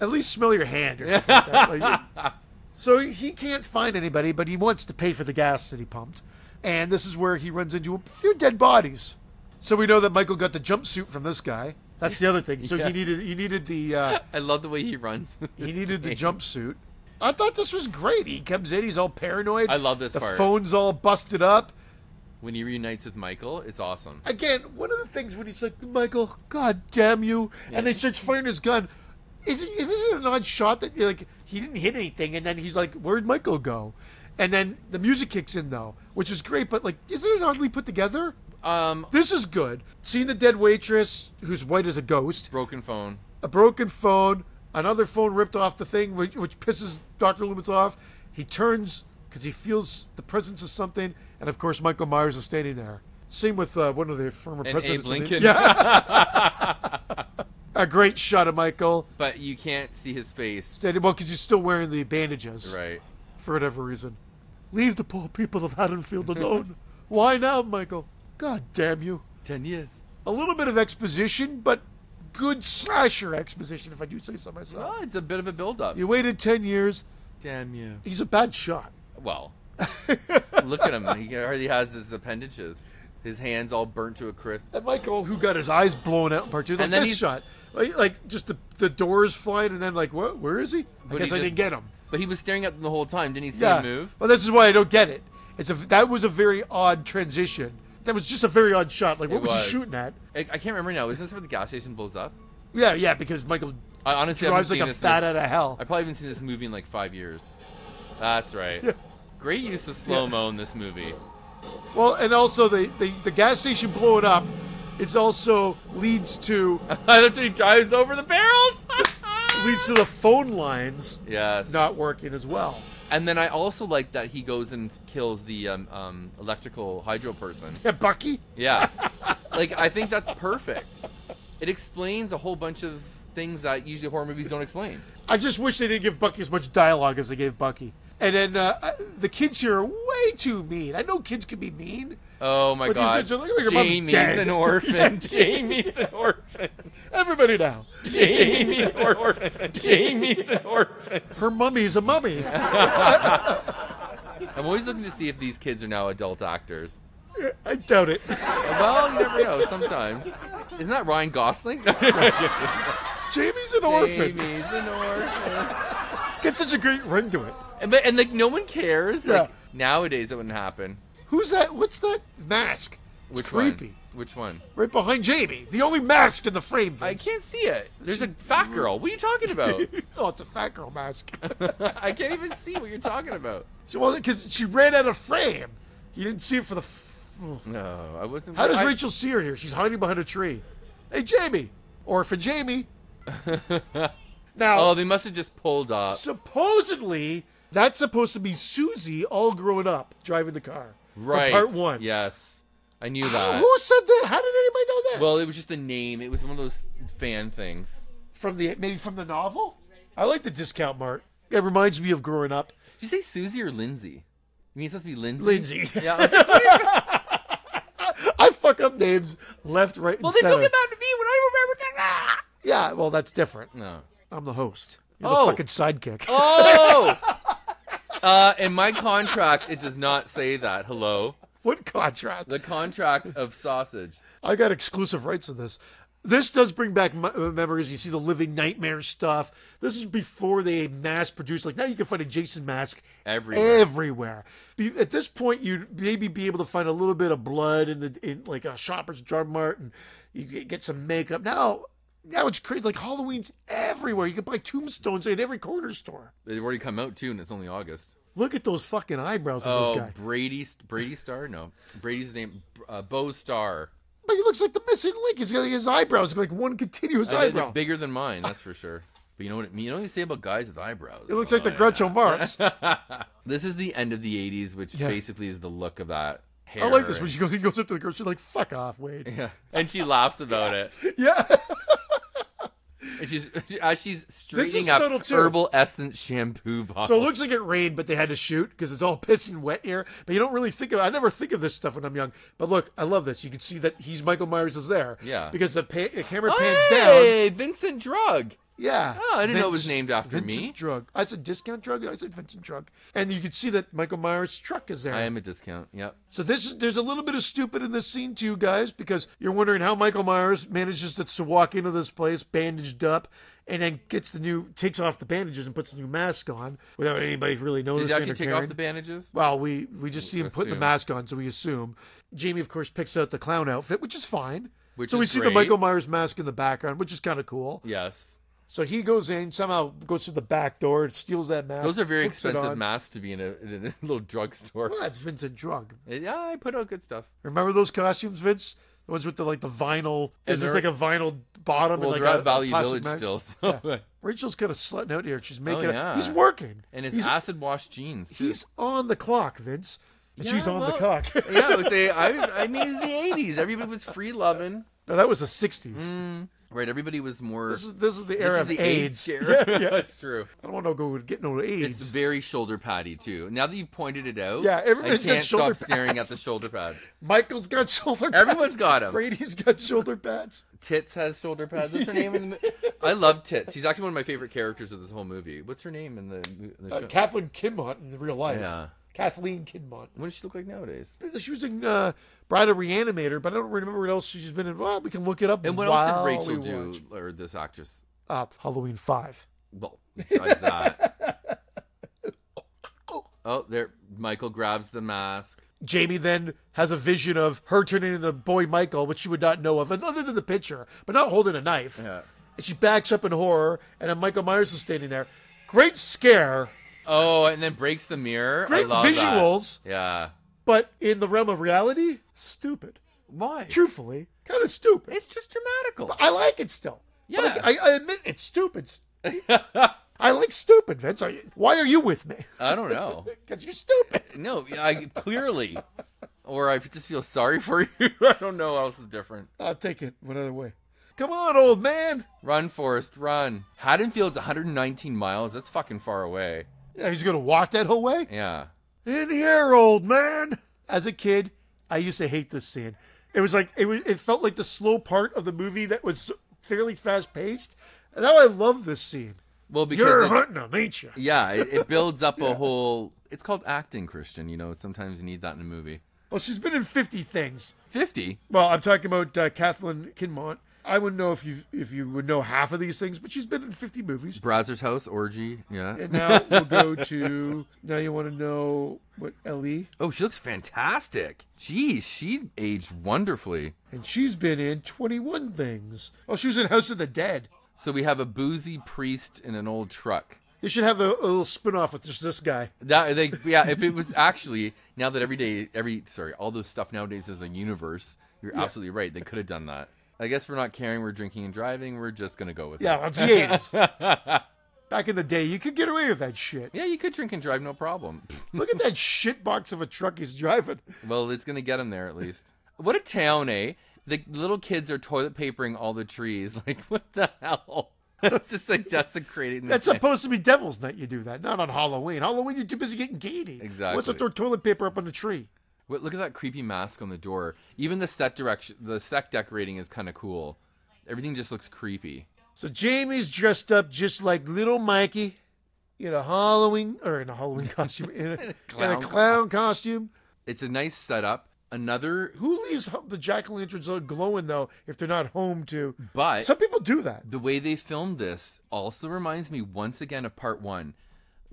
Speaker 1: At least smell your hand or something like that.
Speaker 2: [laughs]
Speaker 1: Like, so he can't find anybody, but he wants to pay for the gas that he pumped. And this is where he runs into a few dead bodies. So we know that Michael got the jumpsuit from this guy. That's the other thing. So
Speaker 2: [laughs] Yeah.
Speaker 1: he needed he needed the
Speaker 2: [laughs]
Speaker 1: uh,
Speaker 2: I love the way he runs. [laughs]
Speaker 1: he needed the jumpsuit. I thought this was great. He comes in, he's all paranoid.
Speaker 2: I love this
Speaker 1: the
Speaker 2: part.
Speaker 1: phone's all busted up.
Speaker 2: when he reunites with Michael, it's awesome.
Speaker 1: Again, one of the things when he's like, Michael, God damn you, and then starts firing his gun. Is it, isn't it an odd shot that like he didn't hit anything, and then he's like, "Where'd Michael go?" And then the music kicks in though, which is great. But like, isn't it oddly put together?
Speaker 2: Um,
Speaker 1: This is good. Seeing the dead waitress, who's white as a ghost,
Speaker 2: broken phone.
Speaker 1: a broken phone, another phone ripped off the thing, which, which pisses Doctor Loomis off. He turns because he feels the presence of something, and of course, Michael Myers is standing there. Same with uh, one of the former
Speaker 2: Abe
Speaker 1: presidents. of the-
Speaker 2: Lincoln.
Speaker 1: Yeah.
Speaker 2: [laughs]
Speaker 1: a great shot of Michael.
Speaker 2: But you can't see his face,
Speaker 1: Standing well because he's still wearing the bandages
Speaker 2: right?
Speaker 1: for whatever reason. Leave the poor people of Haddonfield alone. [laughs] Why now, Michael? God damn you!
Speaker 2: Ten years.
Speaker 1: A little bit of exposition, but good slasher exposition, if I do say so myself.
Speaker 2: Oh, it's a bit of a build-up.
Speaker 1: You waited 10 years.
Speaker 2: Damn you.
Speaker 1: He's a bad shot. [laughs]
Speaker 2: Well, look at him. He already has his appendages. His hands all burnt to a crisp.
Speaker 1: And Michael, who got his eyes blown out in part two, like
Speaker 2: And then
Speaker 1: this
Speaker 2: he's-
Speaker 1: shot. Like, like, just the, the doors flying, and then, like, what? Where is he? I guess I
Speaker 2: But he just-
Speaker 1: didn't get him.
Speaker 2: But he was staring at them the whole time. Didn't he see him move?
Speaker 1: Well, this is why I don't get it. It's a, That was a very odd transition. That was just a very odd shot. Like, what
Speaker 2: It
Speaker 1: was,
Speaker 2: was.
Speaker 1: he shooting at?
Speaker 2: I, I can't remember now. Isn't this where the gas station blows up?
Speaker 1: Yeah, yeah, because Michael
Speaker 2: I honestly haven't
Speaker 1: drives
Speaker 2: seen
Speaker 1: like a
Speaker 2: this.
Speaker 1: bat
Speaker 2: in,
Speaker 1: out of hell.
Speaker 2: I probably haven't seen this movie in like five years. That's right.
Speaker 1: Yeah.
Speaker 2: Great use of slow mo in this movie. [laughs]
Speaker 1: Well, and also the, the, the gas station blowing up, it's also leads to
Speaker 2: That's when he drives over
Speaker 1: [laughs]
Speaker 2: the barrels.
Speaker 1: leads to the phone lines
Speaker 2: [laughs] yes.
Speaker 1: not working as well.
Speaker 2: And then I also like that he goes and kills the um, um, electrical hydro person.
Speaker 1: Yeah, Bucky.
Speaker 2: Yeah. like I think that's perfect. It explains a whole bunch of things that usually horror movies don't explain.
Speaker 1: I just wish they didn't give Bucky as much dialogue as they gave Bucky. And then uh, I- the kids here are way too mean. I know kids can be mean.
Speaker 2: Oh my
Speaker 1: But these
Speaker 2: god.
Speaker 1: bitches are like, "Your mom's
Speaker 2: Jamie's
Speaker 1: dead."
Speaker 2: an orphan. [laughs] Jamie's an orphan.
Speaker 1: Everybody now.
Speaker 2: Jamie's an orphan. Jamie's an orphan.
Speaker 1: Her mummy's a
Speaker 2: [laughs]
Speaker 1: mummy.
Speaker 2: I'm always looking to see if these kids are now adult actors.
Speaker 1: I doubt it.
Speaker 2: Well, you never know. Sometimes. Isn't that Ryan Gosling? [laughs]
Speaker 1: Jamie's an orphan.
Speaker 2: Jamie's an orphan.
Speaker 1: Get such a great ring to it.
Speaker 2: And, but, and like no one cares. Like
Speaker 1: Yeah.
Speaker 2: nowadays, it wouldn't happen.
Speaker 1: Who's that? What's that mask? It's
Speaker 2: Which
Speaker 1: creepy.
Speaker 2: one? Which one?
Speaker 1: Right behind Jamie. The only mask in the frame.
Speaker 2: I
Speaker 1: Vince.
Speaker 2: can't see it. There's a fat girl. What are
Speaker 1: [laughs]
Speaker 2: you talking about?
Speaker 1: oh, it's a fat girl mask. [laughs]
Speaker 2: I can't even see what you're talking about.
Speaker 1: she wasn't because she ran out of frame. You didn't see it for the. F-
Speaker 2: No, I wasn't.
Speaker 1: How does
Speaker 2: I-
Speaker 1: Rachel see her here? She's hiding behind a tree. Hey, Jamie. Orphan
Speaker 2: [laughs]
Speaker 1: Jamie. now,
Speaker 2: Oh, they must have just pulled up.
Speaker 1: supposedly, that's supposed to be Susie all grown up driving the car. from
Speaker 2: Right.
Speaker 1: part one.
Speaker 2: Yes, I knew
Speaker 1: Who-
Speaker 2: that.
Speaker 1: Who said that? How did anybody know that?
Speaker 2: Well, it was just the name. It was one of those fan things.
Speaker 1: from the maybe from the novel. I like the discount mart. It reminds me of growing up.
Speaker 2: Did you say Susie or Lindsay? You mean it's supposed to be Lindsay?
Speaker 1: Lindsay. [laughs]
Speaker 2: Yeah. I was like, well,
Speaker 1: I fuck up names left, right, and
Speaker 2: they
Speaker 1: center.
Speaker 2: took it back to me when I remembered that.
Speaker 1: Ah! yeah, well, that's different.
Speaker 2: No.
Speaker 1: I'm the host. You're
Speaker 2: Oh.
Speaker 1: the fucking sidekick.
Speaker 2: Oh. [laughs] Uh, in my contract, it does not say that. Hello,
Speaker 1: [laughs] what contract?
Speaker 2: the contract of sausage.
Speaker 1: I got exclusive rights to this. This does bring back m- uh, memories. You see the living nightmare stuff. This is before they mass produced. Like now, you can find a Jason mask
Speaker 2: Everywhere.
Speaker 1: everywhere. You- At this point, you'd maybe be able to find a little bit of blood in the in like a shopper's drug mart, and you get get some makeup. Now, now it's crazy. Like Halloween's everywhere. You can buy tombstones at every corner store.
Speaker 2: They've already come out too, and it's only August.
Speaker 1: Look at those fucking eyebrows of
Speaker 2: Oh,
Speaker 1: this guy.
Speaker 2: Brady, Brady Star? No, Brady's name, uh, Bo Star.
Speaker 1: But he looks like the missing link. He's got his eyebrows like one continuous
Speaker 2: Uh, they're
Speaker 1: eyebrow.
Speaker 2: bigger than mine, that's for sure. But you know what it, you know what they say about guys with eyebrows.
Speaker 1: It looks like the
Speaker 2: Oh, [laughs]
Speaker 1: Groucho Marx.
Speaker 2: This is the end of the '80s, which
Speaker 1: Yeah.
Speaker 2: basically is the look of that hair.
Speaker 1: I like this
Speaker 2: and-
Speaker 1: when she goes, he goes up to the girl. She's like, "Fuck off, Wade."
Speaker 2: Yeah. [laughs] and she laughs about it.
Speaker 1: Yeah,
Speaker 2: And she's [laughs] as she's straightening
Speaker 1: subtle,
Speaker 2: up
Speaker 1: too.
Speaker 2: herbal essence shampoo
Speaker 1: [laughs]
Speaker 2: bottle.
Speaker 1: so it looks like it rained, but they had to shoot because it's all piss and wet here. But you don't really think of. I never think of this stuff when I'm young. But look, I love this. You can see that he's Michael Myers is there.
Speaker 2: Yeah. Oh,
Speaker 1: because the, pa- the camera pans down.
Speaker 2: hey, Vincent Drug.
Speaker 1: Yeah.
Speaker 2: Oh, I didn't know it was named after
Speaker 1: Vincent
Speaker 2: me.
Speaker 1: Drug. I said discount drug. I said Vincent Drug. And you can see that Michael Myers' truck is there.
Speaker 2: I am a discount. Yep.
Speaker 1: So this is there's a little bit of stupid in this scene too, guys, because you're wondering how Michael Myers manages to, to walk into this place bandaged up, and then gets the new takes off the bandages and puts the new mask on without anybody really noticing.
Speaker 2: Did you actually
Speaker 1: or
Speaker 2: take
Speaker 1: caring.
Speaker 2: off the bandages?
Speaker 1: Well, we we just see him putting the
Speaker 2: Assume.
Speaker 1: mask on, so we assume. Jamie, of course, picks out the clown outfit, which is fine.
Speaker 2: Which
Speaker 1: so we
Speaker 2: is
Speaker 1: see the
Speaker 2: great.
Speaker 1: Michael Myers mask in the background, which is kind of cool.
Speaker 2: Yes.
Speaker 1: So he goes in, somehow goes through the back door, steals that mask.
Speaker 2: Those are very
Speaker 1: puts it
Speaker 2: expensive
Speaker 1: on.
Speaker 2: masks to be in a, in a [laughs] little drugstore.
Speaker 1: Well, that's Vincent Drug.
Speaker 2: Yeah, I put out good stuff.
Speaker 1: Remember those costumes, Vince? The ones with the like the vinyl. Is this
Speaker 2: they're-
Speaker 1: like a vinyl bottom
Speaker 2: Well,
Speaker 1: and
Speaker 2: they're
Speaker 1: like
Speaker 2: at
Speaker 1: a
Speaker 2: Value
Speaker 1: plastic
Speaker 2: Village
Speaker 1: mag-
Speaker 2: still, so.
Speaker 1: Rachel's kind of slutting out here. She's making.
Speaker 2: yeah.
Speaker 1: a, he's working.
Speaker 2: and his
Speaker 1: he's,
Speaker 2: acid washed jeans. Too.
Speaker 1: he's on the clock, Vince. And
Speaker 2: Yeah,
Speaker 1: she's on the
Speaker 2: well-
Speaker 1: cock. [laughs]
Speaker 2: yeah, I would say I, I mean it's the eighties. Everybody was free loving.
Speaker 1: no, that was the '60s.
Speaker 2: Right, everybody was more
Speaker 1: This is this is the
Speaker 2: Mm. this
Speaker 1: era
Speaker 2: is
Speaker 1: of
Speaker 2: the
Speaker 1: AIDS.
Speaker 2: AIDS, [laughs]
Speaker 1: Yeah,
Speaker 2: era.
Speaker 1: yeah.
Speaker 2: That's true.
Speaker 1: I don't want to go and get no
Speaker 2: It's
Speaker 1: AIDS.
Speaker 2: very shoulder paddy too. Now that you've pointed it out,
Speaker 1: Yeah,
Speaker 2: I
Speaker 1: everybody's
Speaker 2: can't
Speaker 1: got shoulder
Speaker 2: stop staring at
Speaker 1: pads.
Speaker 2: the shoulder pads.
Speaker 1: Michael's got shoulder.
Speaker 2: [laughs] Everyone's
Speaker 1: pads.
Speaker 2: got 'em.
Speaker 1: Brady's got shoulder pads.
Speaker 2: Tits has shoulder pads. What's her name? [laughs] In the, mo- I love Tits. She's actually one of my favorite characters of this whole movie. What's her name in the, in the
Speaker 1: Uh,
Speaker 2: show?
Speaker 1: Kathleen Kinmont in real life.
Speaker 2: Yeah.
Speaker 1: Kathleen Kinmont.
Speaker 2: what does she look like nowadays?
Speaker 1: She was in uh, Bride of Reanimator, but I don't remember what else she's been in. Well, we can look it up.
Speaker 2: And what
Speaker 1: while
Speaker 2: else did
Speaker 1: we
Speaker 2: Rachel
Speaker 1: watch.
Speaker 2: do, or this actress?
Speaker 1: Uh, Halloween Five.
Speaker 2: Well, besides that. Oh, there! Michael grabs the mask.
Speaker 1: Jamie then has a vision of her turning into boy Michael, which she would not know of, other than the picture, but not holding a knife.
Speaker 2: Yeah.
Speaker 1: And she backs up in horror, and then Michael Myers is standing there. Great scare,
Speaker 2: Oh, and then breaks the mirror.
Speaker 1: great
Speaker 2: I love that.
Speaker 1: visuals,
Speaker 2: Yeah.
Speaker 1: but in the realm of reality, stupid.
Speaker 2: Why?
Speaker 1: Truthfully, kind of stupid.
Speaker 2: It's just dramatical.
Speaker 1: I like it still. But
Speaker 2: Yeah.
Speaker 1: I, I admit it's stupid. [laughs] I like stupid, Vince. Are you, why are you with me?
Speaker 2: I don't know.
Speaker 1: Because you're stupid.
Speaker 2: No, I clearly, or I just feel sorry for [laughs] you. I don't know what else is different.
Speaker 1: I'll take it another way. Come on, old man.
Speaker 2: Run, Forrest, run. Haddonfield's 119 miles. That's fucking far away.
Speaker 1: Yeah, he's gonna walk that whole way.
Speaker 2: Yeah.
Speaker 1: In here, old man. As a kid, I used to hate this scene. It was like it was. It felt like the slow part of the movie that was fairly fast paced. And now I love this scene.
Speaker 2: Well, because
Speaker 1: You're
Speaker 2: it-
Speaker 1: hunting him, ain't you? [laughs]
Speaker 2: yeah, it, it builds up a whole. It's called acting, Christian. You know, sometimes you need that in a movie.
Speaker 1: Well, Oh, she's been in 50 things.
Speaker 2: 50.
Speaker 1: Well, I'm talking about uh, Kathleen Kinmont. I wouldn't know if you if you would know half of these things, but she's been in 50 movies.
Speaker 2: Brazzers House, Orgy. Yeah.
Speaker 1: And now we'll go to now you want to know what Ellie
Speaker 2: Oh, she looks fantastic. Geez, she aged wonderfully.
Speaker 1: and she's been in 21 things. Oh, she was in House of the Dead.
Speaker 2: So we have a boozy priest in an old truck.
Speaker 1: They should have a, a little spin-off with just this guy.
Speaker 2: That they yeah, if it was actually now that every day every sorry, all this stuff nowadays is a universe, you're absolutely right. They could have done that. I guess we're not caring, we're drinking and driving, we're just gonna go with
Speaker 1: Yeah,
Speaker 2: it.
Speaker 1: well, it's the 80s. Back in the day, you could get away with that shit.
Speaker 2: Yeah, you could drink and drive, no problem.
Speaker 1: Look at that shit box of a truck he's driving.
Speaker 2: well, it's gonna get him there at least. What a town, eh? The little kids are toilet papering all the trees. [laughs] Like what the hell? [laughs] That's just like desecrating. The
Speaker 1: That's
Speaker 2: town.
Speaker 1: supposed to be Devil's Night. You do that, not on Halloween. Halloween, you're too busy getting giddy. What's
Speaker 2: Exactly.
Speaker 1: up? Throw toilet paper up on the tree.
Speaker 2: Wait, look at that creepy mask on the door. Even the set direction, the set decorating is kind of cool. Everything just looks creepy.
Speaker 1: So Jamie's dressed up just like little Mikey in a Halloween or in a Halloween [laughs] costume in a, in a clown.
Speaker 2: Clown.
Speaker 1: costume.
Speaker 2: It's a nice setup. Another,
Speaker 1: Who leaves the jack o' lanterns glowing though if they're not home to?
Speaker 2: but
Speaker 1: Some people do that.
Speaker 2: the way they filmed this also reminds me once again of part one,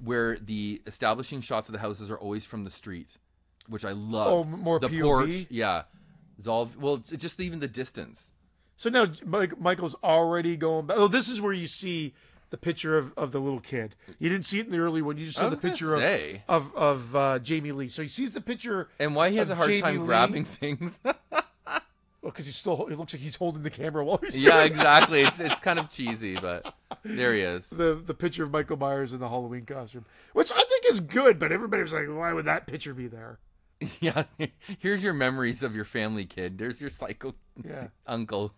Speaker 2: where the establishing shots of the houses are always from the street, which I love.
Speaker 1: Oh, m- more
Speaker 2: the
Speaker 1: POV?
Speaker 2: porch, yeah. It's all well, it's just even the distance.
Speaker 1: So now Mike, Michael's already going back. Oh, this is where you see the picture of, of the little kid. You didn't see it in the early one. You just
Speaker 2: I
Speaker 1: saw the
Speaker 2: was gonna
Speaker 1: picture of,
Speaker 2: say.
Speaker 1: of of uh, Jamie Lee. So he sees the picture
Speaker 2: And why he has
Speaker 1: Of
Speaker 2: a hard
Speaker 1: Jamie
Speaker 2: time
Speaker 1: Lee?
Speaker 2: grabbing things?
Speaker 1: because he's still. It looks like he's holding the camera while he's
Speaker 2: yeah,
Speaker 1: doing
Speaker 2: exactly. It's it's kind of cheesy, but there
Speaker 1: [laughs]
Speaker 2: he is.
Speaker 1: the the picture of Michael Myers in the Halloween costume, which I think is good. But everybody was like, why would that picture be there?
Speaker 2: Yeah, here's your memories of your family, kid. There's your psycho
Speaker 1: Yeah.
Speaker 2: [laughs] uncle.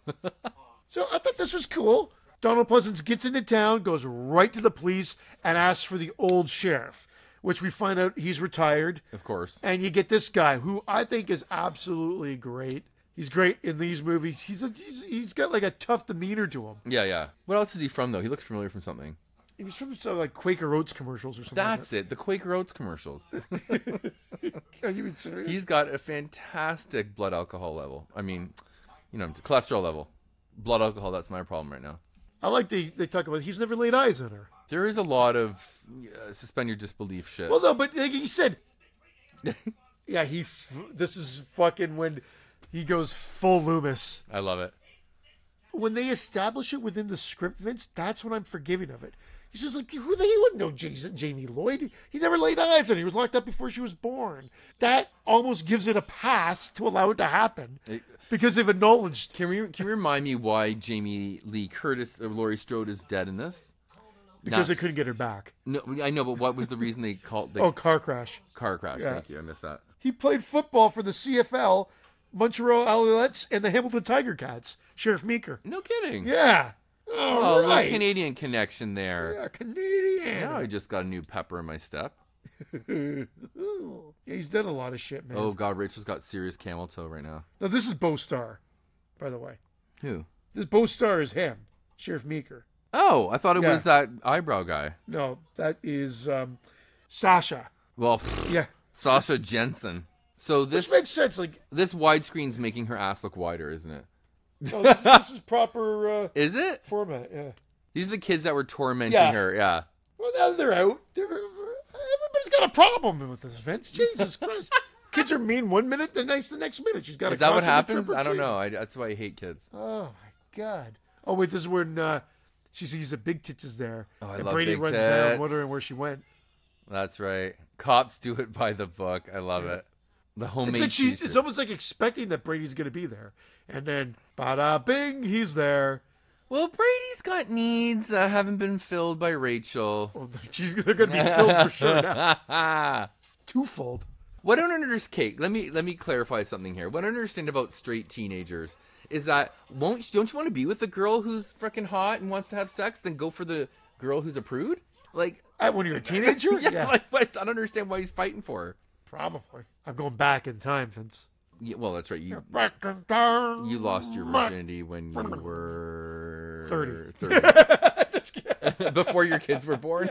Speaker 1: So I thought this was cool. Donald Pleasance gets into town, goes right to the police, and asks for the old sheriff, which we find out he's retired.
Speaker 2: of course.
Speaker 1: And you get this guy who I think is absolutely great. He's great in these movies. He's a, he's, he's got like a tough demeanor to him.
Speaker 2: Yeah, yeah. What else is he from though? He looks familiar from something.
Speaker 1: He was from some like Quaker Oats commercials or something.
Speaker 2: That's it. The Quaker Oats commercials.
Speaker 1: like that. are you even serious?
Speaker 2: He's got a fantastic blood alcohol level. I mean, you know, cholesterol level. Blood alcohol. That's my problem right now.
Speaker 1: I like they they talk about he's never laid eyes on her.
Speaker 2: There is a lot of uh, suspend your disbelief shit.
Speaker 1: Well, no, but like he said, [laughs] yeah, he. F- this is fucking when he goes full Loomis.
Speaker 2: I love it.
Speaker 1: When they establish it within the script, Vince, that's when I'm forgiving of it. He's just like, who the he wouldn't know Jason, Jamie Lloyd. He never laid eyes on her. He was locked up before she was born. That almost gives it a pass to allow it to happen because they've acknowledged.
Speaker 2: Can we can you remind me why Jamie Lee Curtis or Laurie Strode is dead in this?
Speaker 1: Because
Speaker 2: Nah.
Speaker 1: they couldn't get her back.
Speaker 2: No, I know, but what was the reason they called the
Speaker 1: [laughs] Oh, car crash.
Speaker 2: car crash?
Speaker 1: yeah.
Speaker 2: Thank you. I missed that.
Speaker 1: He played football for the CFL, Montreal Alouettes, and the Hamilton Tiger Cats. Sheriff Meeker.
Speaker 2: No kidding.
Speaker 1: Yeah.
Speaker 2: Oh,
Speaker 1: All
Speaker 2: a little
Speaker 1: right.
Speaker 2: Canadian connection there.
Speaker 1: Yeah, Canadian.
Speaker 2: Now I just got a new pepper in my step.
Speaker 1: Ooh. [laughs] Yeah, he's done a lot of shit, man.
Speaker 2: Oh God, Rachel's got serious camel toe right now.
Speaker 1: Now this is Bo Star, by the way.
Speaker 2: Who?
Speaker 1: This Bo Star is him, Sheriff Meeker.
Speaker 2: Oh, I thought it
Speaker 1: Yeah.
Speaker 2: was that eyebrow guy.
Speaker 1: No, that is um, Sasha. [laughs]
Speaker 2: Well, pfft,
Speaker 1: Yeah,
Speaker 2: Sasha Jensen. So this
Speaker 1: which makes sense. Like,
Speaker 2: this widescreen's making her ass look wider, isn't it?
Speaker 1: no, this, this is proper uh,
Speaker 2: Is it?
Speaker 1: format. Yeah.
Speaker 2: These are the kids that were tormenting
Speaker 1: Yeah.
Speaker 2: her. Yeah.
Speaker 1: Well, now they're out. They're, everybody's got a problem with this, Vince. Jesus Christ. Kids are mean one minute, they're nice the next minute. She's got a
Speaker 2: Is that what
Speaker 1: constant trip
Speaker 2: happens?
Speaker 1: or
Speaker 2: I don't
Speaker 1: treat.
Speaker 2: know. I, that's why I hate kids.
Speaker 1: Oh my god! Oh wait, this is when uh, she sees the big tits is there,
Speaker 2: Oh, I
Speaker 1: and
Speaker 2: love
Speaker 1: Brady
Speaker 2: big
Speaker 1: runs down,
Speaker 2: tits.
Speaker 1: wondering where she went.
Speaker 2: That's right. Cops do it by the book. I love it. The homemade.
Speaker 1: It's like she, it's
Speaker 2: t-shirt.
Speaker 1: almost like expecting that Brady's gonna be there, and then bada bing, he's there.
Speaker 2: Well, Brady's got needs that haven't been filled by Rachel. [laughs]
Speaker 1: Well, Oh, [laughs] she's they're gonna be filled for sure now.
Speaker 2: what
Speaker 1: Twofold.
Speaker 2: I don't understand, let me let me clarify something here. What I don't understand about straight teenagers is that won't don't you want to be with the girl who's freaking hot and wants to have sex, then go for the girl who's a prude? Like, [laughs]
Speaker 1: Uh, When you're a teenager, yeah,
Speaker 2: yeah, [laughs] like what? I don't understand why he's fighting for her.
Speaker 1: probably. I'm going back in time, Vince.
Speaker 2: Yeah, well, that's right. You
Speaker 1: Back in time.
Speaker 2: you lost your virginity when you were
Speaker 1: 30.
Speaker 2: 30. [laughs] Before your kids were born.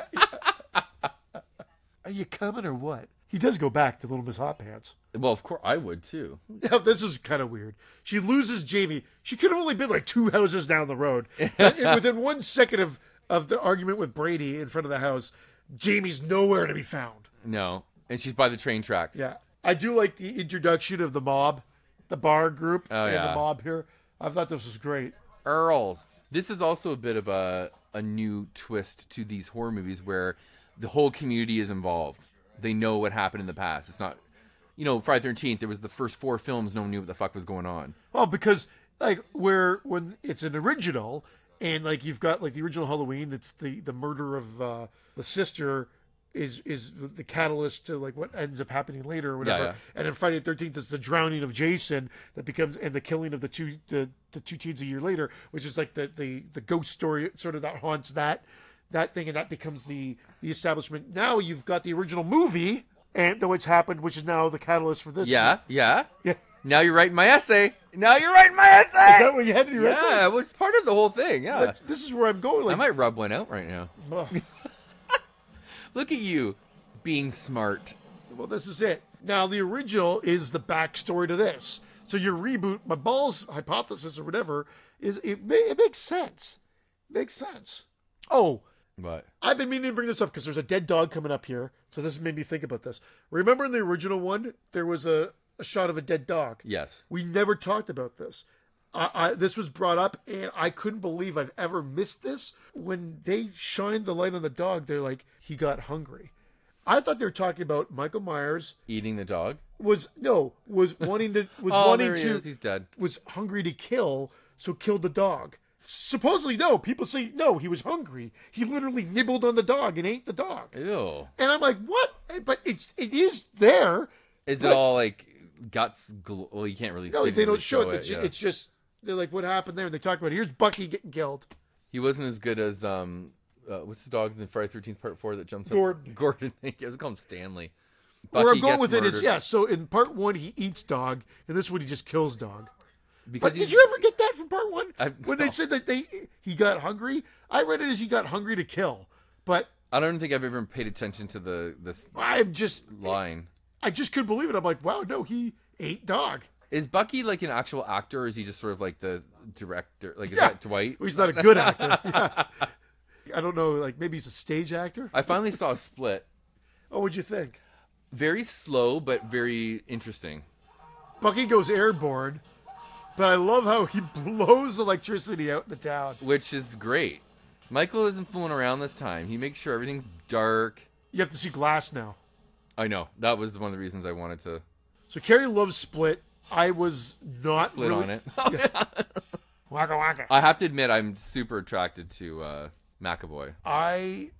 Speaker 1: Are you coming or what? He does go back to Little Miss Hot Pants.
Speaker 2: Well, of course I would too.
Speaker 1: Yeah, this is kind of weird. She loses Jamie. She could have only been like two houses down the
Speaker 2: [laughs]
Speaker 1: road. and within one second of, of the argument with Brady in front of the house, Jamie's nowhere to be found.
Speaker 2: No, and she's by the train tracks.
Speaker 1: Yeah. I do like the introduction of the mob, the bar group,
Speaker 2: Oh,
Speaker 1: and
Speaker 2: yeah.
Speaker 1: the mob here. I thought this was great.
Speaker 2: Earls. This is also a bit of a a new twist to these horror movies where the whole community is involved. They know what happened in the past. It's not, you know, Friday Thirteenth. It was the first four films. No one knew what the fuck was going on.
Speaker 1: Well, because like where when it's an original and like you've got like the original Halloween, that's the the murder of uh, the sister is is the catalyst to like what ends up happening later or whatever.
Speaker 2: yeah.
Speaker 1: And then Friday the Thirteenth is the drowning of Jason that becomes and the killing of the two the, the two teens a year later, which is like the the the ghost story sort of that haunts that that thing and that becomes the the establishment. Now you've got the original movie and what's happened, which is now the catalyst for this.
Speaker 2: Yeah, yeah.
Speaker 1: Yeah.
Speaker 2: Now you're writing my essay. Now you're writing my essay.
Speaker 1: Is that what you had in your
Speaker 2: yeah,
Speaker 1: essay?
Speaker 2: it was part of the whole thing. Yeah.
Speaker 1: That's, this is where I'm going.
Speaker 2: I
Speaker 1: Like,
Speaker 2: might rub one out right now.
Speaker 1: Ugh.
Speaker 2: Look at you being smart.
Speaker 1: well, this is it. Now, the original is the backstory to this. So your reboot, my balls hypothesis or whatever, is it, ma- it makes sense. Makes sense. Oh,
Speaker 2: But
Speaker 1: I've been meaning to bring this up because there's a dead dog coming up here. So this made me think about this. Remember in the original one, there was a, a shot of a dead dog.
Speaker 2: yes.
Speaker 1: We never talked about this. I, I, this was brought up, and I couldn't believe I've ever missed this. When they shined the light on the dog, they're like, he got hungry. I thought they were talking about Michael Myers
Speaker 2: Eating the dog.
Speaker 1: was no
Speaker 2: [laughs]
Speaker 1: was wanting to was
Speaker 2: Oh,
Speaker 1: wanting
Speaker 2: there he
Speaker 1: to
Speaker 2: is. He's dead.
Speaker 1: was hungry to kill, so killed the dog. Supposedly, no. People say no. He was hungry. He literally nibbled on the dog and ate the dog.
Speaker 2: Ew.
Speaker 1: And I'm like, what? But it's it is there.
Speaker 2: Is it all like guts? Gl- well, you can't really.
Speaker 1: No, Oh, they
Speaker 2: didn't really
Speaker 1: don't show it. It's,
Speaker 2: yeah.
Speaker 1: it's just they're like, what happened there? And they talk about it. here's Bucky getting killed.
Speaker 2: He wasn't as good as um, uh, what's the dog in the Friday Thirteenth Part Four that jumps
Speaker 1: Gordon.
Speaker 2: up? Gordon. I was calling him Stanley.
Speaker 1: Where I'm
Speaker 2: Bucky
Speaker 1: going
Speaker 2: gets
Speaker 1: with it is
Speaker 2: murdered
Speaker 1: yeah. So in part one, he eats dog, and this one he just kills dog.
Speaker 2: Because
Speaker 1: But
Speaker 2: he's-
Speaker 1: did you ever get that from part one?
Speaker 2: I-
Speaker 1: when they
Speaker 2: no.
Speaker 1: said that they he got hungry, I read it as he got hungry to kill. But
Speaker 2: I don't think I've ever paid attention to the this
Speaker 1: I'm just
Speaker 2: line.
Speaker 1: I just couldn't believe it. I'm like, wow, no, he ate dog.
Speaker 2: Is Bucky like an actual actor, or is he just sort of like the director? Like, is
Speaker 1: Yeah.
Speaker 2: that Dwight?
Speaker 1: Well, He's not a good actor. [laughs] Yeah. I don't know, like maybe he's a stage actor.
Speaker 2: I finally saw Split.
Speaker 1: Oh, what'd you think?
Speaker 2: Very slow, but very interesting.
Speaker 1: Bucky goes airborne, but I love how he [laughs] blows electricity out in the town.
Speaker 2: which is great. Michael isn't fooling around this time. He makes sure everything's dark.
Speaker 1: You have to see glass now.
Speaker 2: I know that was one of the reasons I wanted to
Speaker 1: So Carrie loves Split. I was not
Speaker 2: split
Speaker 1: really-
Speaker 2: on it.
Speaker 1: Waka waka.
Speaker 2: I have to admit, I'm super attracted to uh, McAvoy.
Speaker 1: I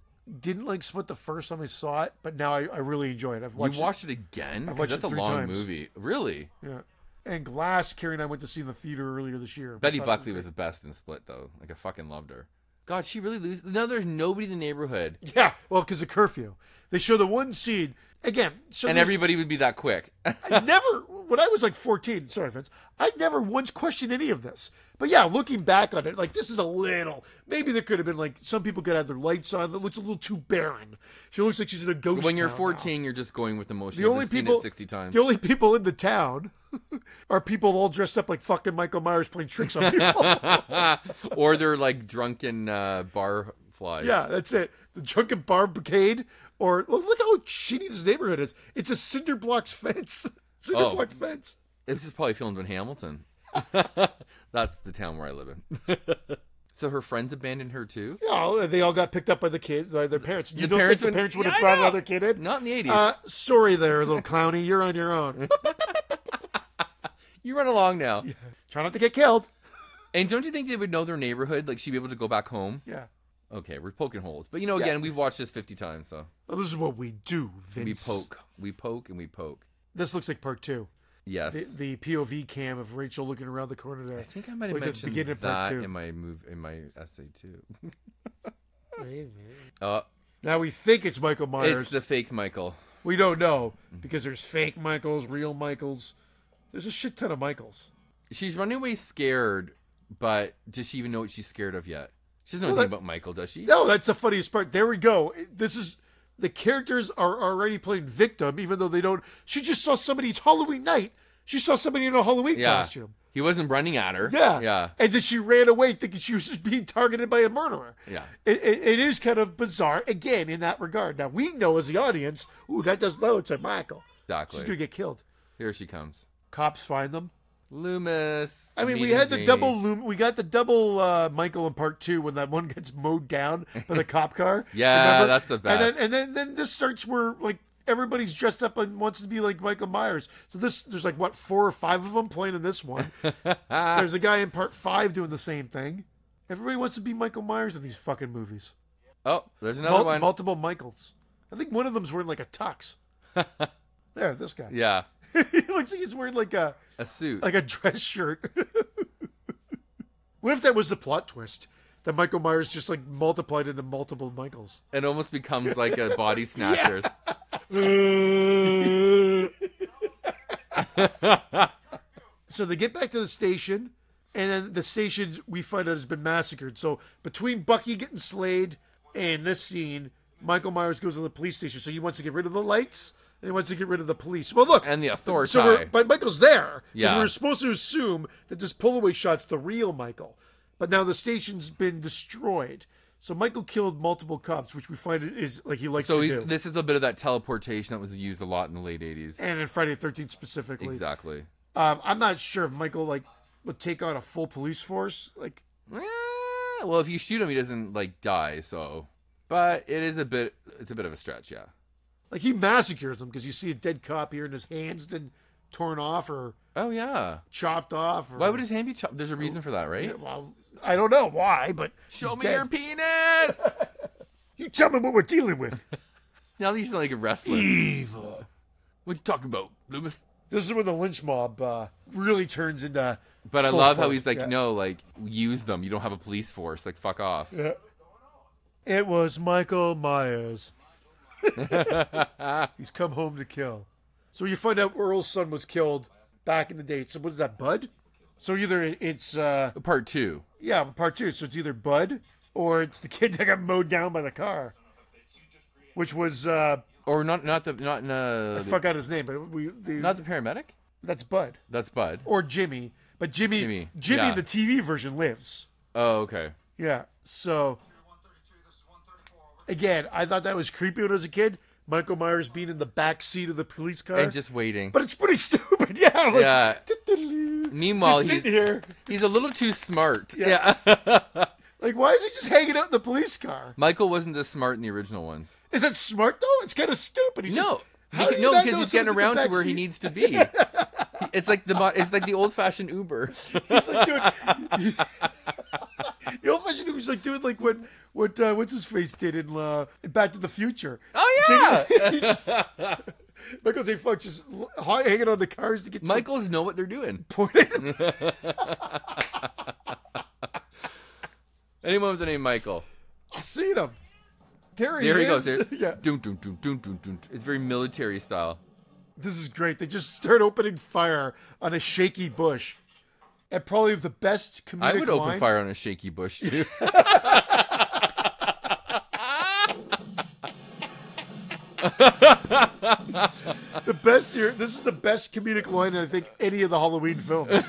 Speaker 1: didn't like Split the first time I saw it, but now I, I really enjoy it. I've watched,
Speaker 2: you watched it, again? 'Cause
Speaker 1: watched it
Speaker 2: that's a
Speaker 1: three
Speaker 2: long
Speaker 1: times.
Speaker 2: movie. Really?
Speaker 1: it. Yeah. And Glass, Carrie and I went to see in the theater earlier this year. We
Speaker 2: Betty
Speaker 1: thought-
Speaker 2: Buckley was the best in Split, though. Like I fucking loved her. God, she really loses. No, there's nobody in the neighborhood,
Speaker 1: Yeah, well, because of curfew. They show the one scene again. So
Speaker 2: and
Speaker 1: there's-
Speaker 2: everybody would be that quick. [laughs]
Speaker 1: I never, when I was like 14, sorry, Vince, I never once questioned any of this. But yeah, looking back on it, like this is a little, maybe there could have been like some people could have their lights on. It looks a little too barren. She looks like she's in a ghost.
Speaker 2: when you're
Speaker 1: town now.
Speaker 2: 14, you're just going with emotion.
Speaker 1: the only
Speaker 2: You've seen
Speaker 1: people,
Speaker 2: it 60 times.
Speaker 1: the only people in the town [laughs] are people all dressed up like fucking Michael Myers playing tricks on
Speaker 2: [laughs]
Speaker 1: people. [laughs]
Speaker 2: or they're like drunken uh, bar flies.
Speaker 1: yeah, that's it. The drunken bar brigade, or look, look how shitty this neighborhood is. It's a cinder blocks fence, [laughs] cinder
Speaker 2: Oh.
Speaker 1: block fence.
Speaker 2: This is probably filmed in Hamilton. [laughs] That's the town where I live in. [laughs] so her friends abandoned her too?
Speaker 1: Yeah, they all got picked up by the kids, by their parents. You
Speaker 2: The
Speaker 1: don't
Speaker 2: parents
Speaker 1: think
Speaker 2: would-
Speaker 1: the parents would
Speaker 2: Yeah,
Speaker 1: have
Speaker 2: I
Speaker 1: brought
Speaker 2: know.
Speaker 1: another kid in?
Speaker 2: Not in the 80s.
Speaker 1: Uh, sorry there,
Speaker 2: [laughs]
Speaker 1: little clowny. You're on your own. [laughs]
Speaker 2: you run along now.
Speaker 1: Try not to get killed.
Speaker 2: And don't you think they would know their neighborhood? Like she'd be able to go back home?
Speaker 1: Yeah.
Speaker 2: Okay, we're poking holes. But you know, again, we've watched this 50 times, so
Speaker 1: Well, this is what we do,
Speaker 2: we
Speaker 1: Vince.
Speaker 2: poke. We poke and we poke.
Speaker 1: This looks like part two.
Speaker 2: Yes.
Speaker 1: The, the POV cam of Rachel looking around the corner there.
Speaker 2: I think I might have
Speaker 1: Like the
Speaker 2: mentioned
Speaker 1: beginning of part
Speaker 2: that
Speaker 1: two.
Speaker 2: in my move in my essay too. [laughs] Uh,
Speaker 1: Now we think it's Michael Myers.
Speaker 2: it's the fake Michael.
Speaker 1: We don't know because there's fake Michaels, real Michaels. There's a shit ton of Michaels.
Speaker 2: She's running away scared, but does she even know what she's scared of yet? She doesn't know
Speaker 1: Well,
Speaker 2: anything
Speaker 1: that-
Speaker 2: about Michael, does she?
Speaker 1: No, that's the funniest part. There we go. This is the characters are already playing victim, even though they don't. She just saw somebody. It's Halloween night. She saw somebody in a Halloween
Speaker 2: Yeah.
Speaker 1: costume.
Speaker 2: He wasn't running at her.
Speaker 1: Yeah.
Speaker 2: Yeah.
Speaker 1: And then she ran away thinking she was just being targeted by a murderer.
Speaker 2: Yeah.
Speaker 1: It, it, it is kind of bizarre, again, in that regard. Now, we know as the audience, ooh, that does load to Michael. She's going to
Speaker 2: Exactly.
Speaker 1: get killed.
Speaker 2: Here she comes.
Speaker 1: Cops find them.
Speaker 2: Loomis.
Speaker 1: I mean, we
Speaker 2: meeting
Speaker 1: had the
Speaker 2: Jamie.
Speaker 1: double loom. We got the double uh, Michael in part two when that one gets mowed down by the cop car.
Speaker 2: [laughs] Yeah, that's the
Speaker 1: And
Speaker 2: best.
Speaker 1: then, and then, then this starts where like everybody's dressed up and wants to be like Michael Myers. So this, there's like what four or five of them playing in this
Speaker 2: [laughs]
Speaker 1: one. there's a guy in part five doing the same thing. Everybody wants to be Michael Myers in these fucking movies.
Speaker 2: Oh, there's another
Speaker 1: Mul-
Speaker 2: one.
Speaker 1: Multiple Michaels. I think one of them's wearing like a
Speaker 2: [laughs]
Speaker 1: tux. there, this guy.
Speaker 2: yeah.
Speaker 1: [laughs] he looks like he's wearing like a
Speaker 2: A suit.
Speaker 1: like a dress shirt. [laughs] what if that was the plot twist? That Michael Myers just like multiplied into multiple Michaels. [laughs]
Speaker 2: it almost becomes like a body snatchers.
Speaker 1: So they get back to the station, and then the station we find out has been massacred. So between Bucky getting slayed and this scene, Michael Myers goes to the police station. So he wants to get rid of the lights and he wants to get rid of the police. Well, look,
Speaker 2: And the authority.
Speaker 1: So we're, but Michael's there. Because
Speaker 2: Yeah.
Speaker 1: we're supposed to assume that this pull away shot's the real Michael. But now the station's been destroyed. So Michael killed multiple cops, which we find is like he likes
Speaker 2: so
Speaker 1: to
Speaker 2: he's,
Speaker 1: do.
Speaker 2: this is a bit of that teleportation that was used a lot in the late 80s.
Speaker 1: and in Friday Thirteenth specifically,
Speaker 2: Exactly.
Speaker 1: um, I'm not sure if Michael like would take on a full police force. Like,
Speaker 2: Eh, Well, if you shoot him, he doesn't like die. So, but it is a bit. It's a bit of a stretch. Yeah.
Speaker 1: like he massacres them because you see a dead cop here and his hands then torn off or
Speaker 2: Oh yeah.
Speaker 1: chopped off. Or,
Speaker 2: Why would his hand be chopped? There's a reason for that, right?
Speaker 1: Well, I don't know why, but
Speaker 2: Show
Speaker 1: he's
Speaker 2: me
Speaker 1: dead.
Speaker 2: your penis. [laughs]
Speaker 1: You tell me what we're dealing with. [laughs]
Speaker 2: now he's like
Speaker 1: [clears throat]
Speaker 2: a wrestler.
Speaker 1: Evil.
Speaker 2: What you talking about, Loomis?
Speaker 1: This is when the lynch mob uh, really turns into.
Speaker 2: But I
Speaker 1: full
Speaker 2: love how
Speaker 1: force.
Speaker 2: he's like,
Speaker 1: Yeah.
Speaker 2: no, like use them. You don't have a police force. Like fuck off.
Speaker 1: Yeah. It was Michael Myers. [laughs] He's come home to kill. So you find out Earl's son was killed back in the day. So what is that, Bud? So either it's uh
Speaker 2: Part two.
Speaker 1: yeah, part two. So it's either Bud or it's the kid [laughs] that got mowed down by the car, which was uh
Speaker 2: Or not? Not the not uh,
Speaker 1: fuck out his name, but we the,
Speaker 2: not the paramedic.
Speaker 1: that's Bud
Speaker 2: That's Bud.
Speaker 1: or Jimmy, but Jimmy Jimmy,
Speaker 2: Jimmy, yeah.
Speaker 1: in the TV version lives.
Speaker 2: Oh okay.
Speaker 1: Yeah. So again, I thought that was creepy when I was a kid. Michael Myers being in the back seat of the police car,
Speaker 2: And just waiting.
Speaker 1: but it's pretty [laughs] stupid. Yeah. I'm Like,
Speaker 2: Yeah.
Speaker 1: [laughs] "Diddle-doo."
Speaker 2: Meanwhile,
Speaker 1: just
Speaker 2: he's
Speaker 1: sitting here,
Speaker 2: he's a little too smart.
Speaker 1: Yeah.
Speaker 2: Yeah. [laughs]
Speaker 1: like, why is he just hanging out in the police car?
Speaker 2: Michael wasn't as smart in the original ones.
Speaker 1: Is that smart though? It's kind of stupid. He's
Speaker 2: No,
Speaker 1: just,
Speaker 2: He-
Speaker 1: how do you
Speaker 2: no,
Speaker 1: not
Speaker 2: because
Speaker 1: know
Speaker 2: he's
Speaker 1: someone's
Speaker 2: getting
Speaker 1: in the
Speaker 2: around to
Speaker 1: back
Speaker 2: where he
Speaker 1: seat?
Speaker 2: needs to be. it's like the mo- it's like the old fashioned
Speaker 1: [laughs]
Speaker 2: Uber.
Speaker 1: [laughs] He's like
Speaker 2: [laughs]
Speaker 1: doing. the old fashioned was like doing like what what uh, what's his face did in uh, Back to the Future.
Speaker 2: Oh, [laughs] yeah!
Speaker 1: So he- he just- [laughs] Michael J. Fox just l- hi- hanging on the cars to get to
Speaker 2: Michaels know what they're doing.
Speaker 1: the point. [laughs]
Speaker 2: Anyone with the name Michael.
Speaker 1: I seen him. There he,
Speaker 2: There he
Speaker 1: is.
Speaker 2: goes. There.
Speaker 1: [laughs] yeah,
Speaker 2: Doom, doom, doom, doom, doom, doom. It's very military style.
Speaker 1: this is great. They just start opening fire on a shaky bush, and probably the best comedic
Speaker 2: I would
Speaker 1: line-
Speaker 2: open fire on a shaky
Speaker 1: [laughs]
Speaker 2: bush too.
Speaker 1: The best here. This is the best comedic line in, I think any of the Halloween
Speaker 2: [laughs]
Speaker 1: films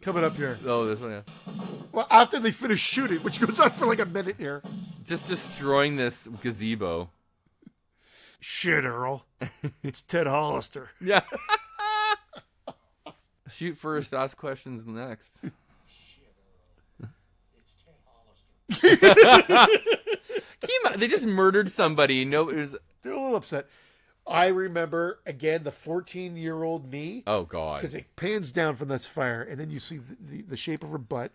Speaker 1: coming up here.
Speaker 2: oh, this one. Yeah.
Speaker 1: Well, after they finish shooting, which goes on for like a minute here.
Speaker 2: Just destroying this gazebo.
Speaker 1: Shit, Earl. It's Ted Hollister.
Speaker 2: Yeah. Shoot first, ask
Speaker 1: [laughs]
Speaker 2: questions next. Can you ima- they just murdered somebody. No, it was,
Speaker 1: They're a little upset. I remember again the 14 year old me
Speaker 2: oh god.
Speaker 1: because it pans down from this fire, and then you see the, the, the shape of her butt.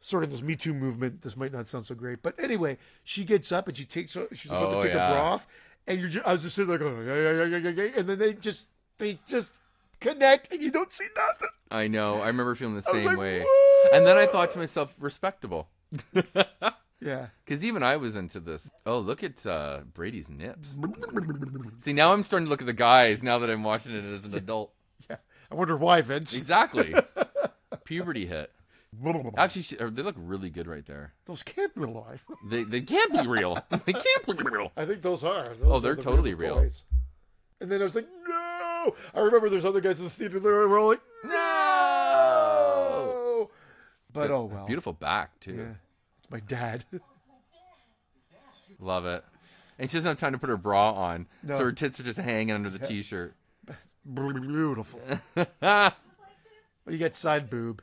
Speaker 1: Sort of this Me Too movement. This might not sound so great, but anyway, she gets up and she takes her, she's about
Speaker 2: Oh,
Speaker 1: to take
Speaker 2: yeah.
Speaker 1: her bra off, and you're just, I was just sitting there going, yeah, yeah, yeah, yeah, yeah, yeah, and then they just they just connect, and you don't see nothing.
Speaker 2: I know. I remember feeling the
Speaker 1: was
Speaker 2: same
Speaker 1: like,
Speaker 2: way.
Speaker 1: "Whoa."
Speaker 2: And then I thought to myself, respectable,
Speaker 1: Yeah.
Speaker 2: because even I was into this. Oh, look at uh, Brady's nips. See, now I'm starting to look at the guys. Now that I'm watching it as an adult,
Speaker 1: [laughs] I wonder why, Vince.
Speaker 2: exactly. Puberty hit. Actually, she, or they look really good right there.
Speaker 1: those can't be alive.
Speaker 2: They they can't be real. they can't be real.
Speaker 1: I think those are. Those
Speaker 2: Oh, they're
Speaker 1: are the
Speaker 2: totally real.
Speaker 1: boys. And then I was like, no. I remember there's other guys in the theater that were all like,
Speaker 2: No.
Speaker 1: no. But oh well.
Speaker 2: Beautiful back too.
Speaker 1: Yeah. It's my dad. [laughs]
Speaker 2: Love it. And she doesn't have time to put her bra on,
Speaker 1: No.
Speaker 2: so her tits are just hanging under the t-shirt.
Speaker 1: Beautiful.
Speaker 2: Ah.
Speaker 1: You get side boob.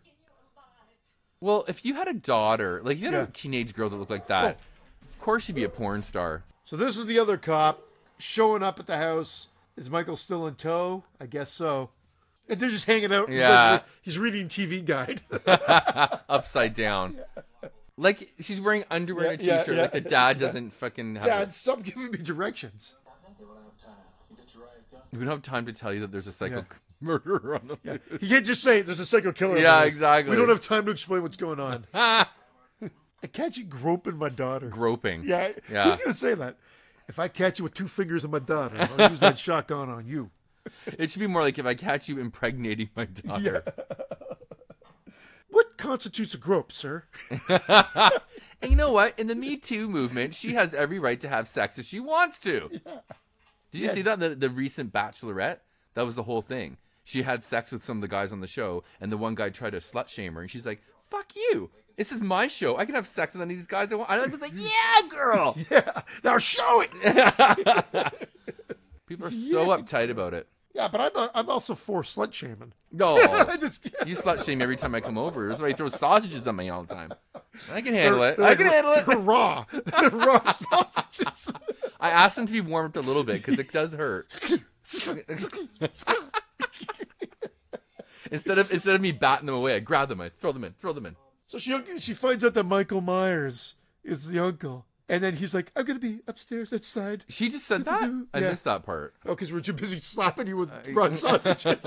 Speaker 2: Well, if you had a daughter, like you had
Speaker 1: Yeah. Oh.
Speaker 2: a teenage girl that looked like that, of course she'd be a porn star.
Speaker 1: So this is the other cop showing up at the house. Is Michael still in tow? I guess so. And they're just hanging out. He's like-
Speaker 2: Yeah.
Speaker 1: He's reading TV guide. [laughs]
Speaker 2: Upside down. Like she's wearing underwear and a
Speaker 1: Yeah, yeah,
Speaker 2: t-shirt. Like
Speaker 1: yeah.
Speaker 2: the dad doesn't fucking have
Speaker 1: Dad, stop giving me directions.
Speaker 2: We don't have time to tell you that there's a psycho [laughs] murderer on the [laughs]
Speaker 1: You can't just say there's a psycho killer.
Speaker 2: Yeah,
Speaker 1: on this.
Speaker 2: exactly.
Speaker 1: We don't have time to explain what's going
Speaker 2: [laughs]
Speaker 1: on.
Speaker 2: Ah,
Speaker 1: I catch you groping my daughter.
Speaker 2: groping.
Speaker 1: yeah,
Speaker 2: Yeah.
Speaker 1: Who's gonna say that? If I catch you with two fingers on my daughter, I'll use that shotgun on
Speaker 2: [laughs]
Speaker 1: you.
Speaker 2: It should be more like if I catch you impregnating
Speaker 1: [laughs]
Speaker 2: my daughter.
Speaker 1: What constitutes a grope, sir?
Speaker 2: And you know what? In the Me Too movement, she has every right to have sex if she wants to. Did you see that? The, the recent Bachelorette? That was the whole thing. She had sex with some of the guys on the show, and the one guy tried to slut shame her, and she's like, fuck you. This is my show. I can have sex with any of these guys I want. And I
Speaker 1: [laughs]
Speaker 2: was like, yeah, girl.
Speaker 1: Yeah. Now show it.
Speaker 2: [laughs] People are so uptight about it.
Speaker 1: Yeah, but I'm, a, I'm also for slut shaming. [laughs]
Speaker 2: No.
Speaker 1: I just
Speaker 2: You slut shame every time I come over. That's why you throw sausages at me all the time. I can handle it.
Speaker 1: They're
Speaker 2: I can
Speaker 1: like
Speaker 2: handle it.
Speaker 1: r-
Speaker 2: [laughs]
Speaker 1: Raw, They're raw sausages.
Speaker 2: I asked them to be warmed up a little bit because it does hurt. instead of instead of me batting them away, I grab them, I throw them in, throw them in.
Speaker 1: so she she finds out that Michael Myers is the uncle, and then he's like, "I'm gonna be upstairs outside."
Speaker 2: She just said that. I
Speaker 1: Yeah.
Speaker 2: missed that part.
Speaker 1: Oh, because we're too busy slapping you with raw [laughs] sausages.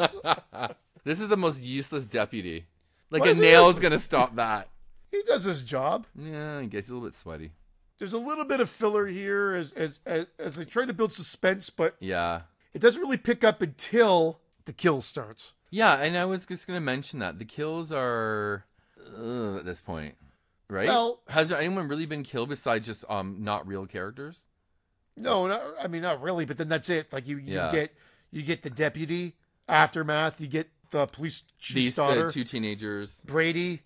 Speaker 2: This is the most useless deputy. Like
Speaker 1: Why
Speaker 2: a
Speaker 1: is he
Speaker 2: nail's
Speaker 1: useless?
Speaker 2: gonna stop that.
Speaker 1: he does his job.
Speaker 2: Yeah, he gets a little bit sweaty.
Speaker 1: There's a little bit of filler here as as as, as they try to build suspense, but
Speaker 2: Yeah.
Speaker 1: it doesn't really pick up until the kill starts.
Speaker 2: Yeah, and I was just gonna mention that the kills are ugh, at this point, right?
Speaker 1: Well-
Speaker 2: has there anyone really been killed besides just um not real characters?
Speaker 1: No, not, I mean not really, but then that's it. Like you, you
Speaker 2: Yeah.
Speaker 1: get you get the deputy aftermath, you get the police chief's
Speaker 2: These
Speaker 1: daughter
Speaker 2: uh, two teenagers.
Speaker 1: Brady,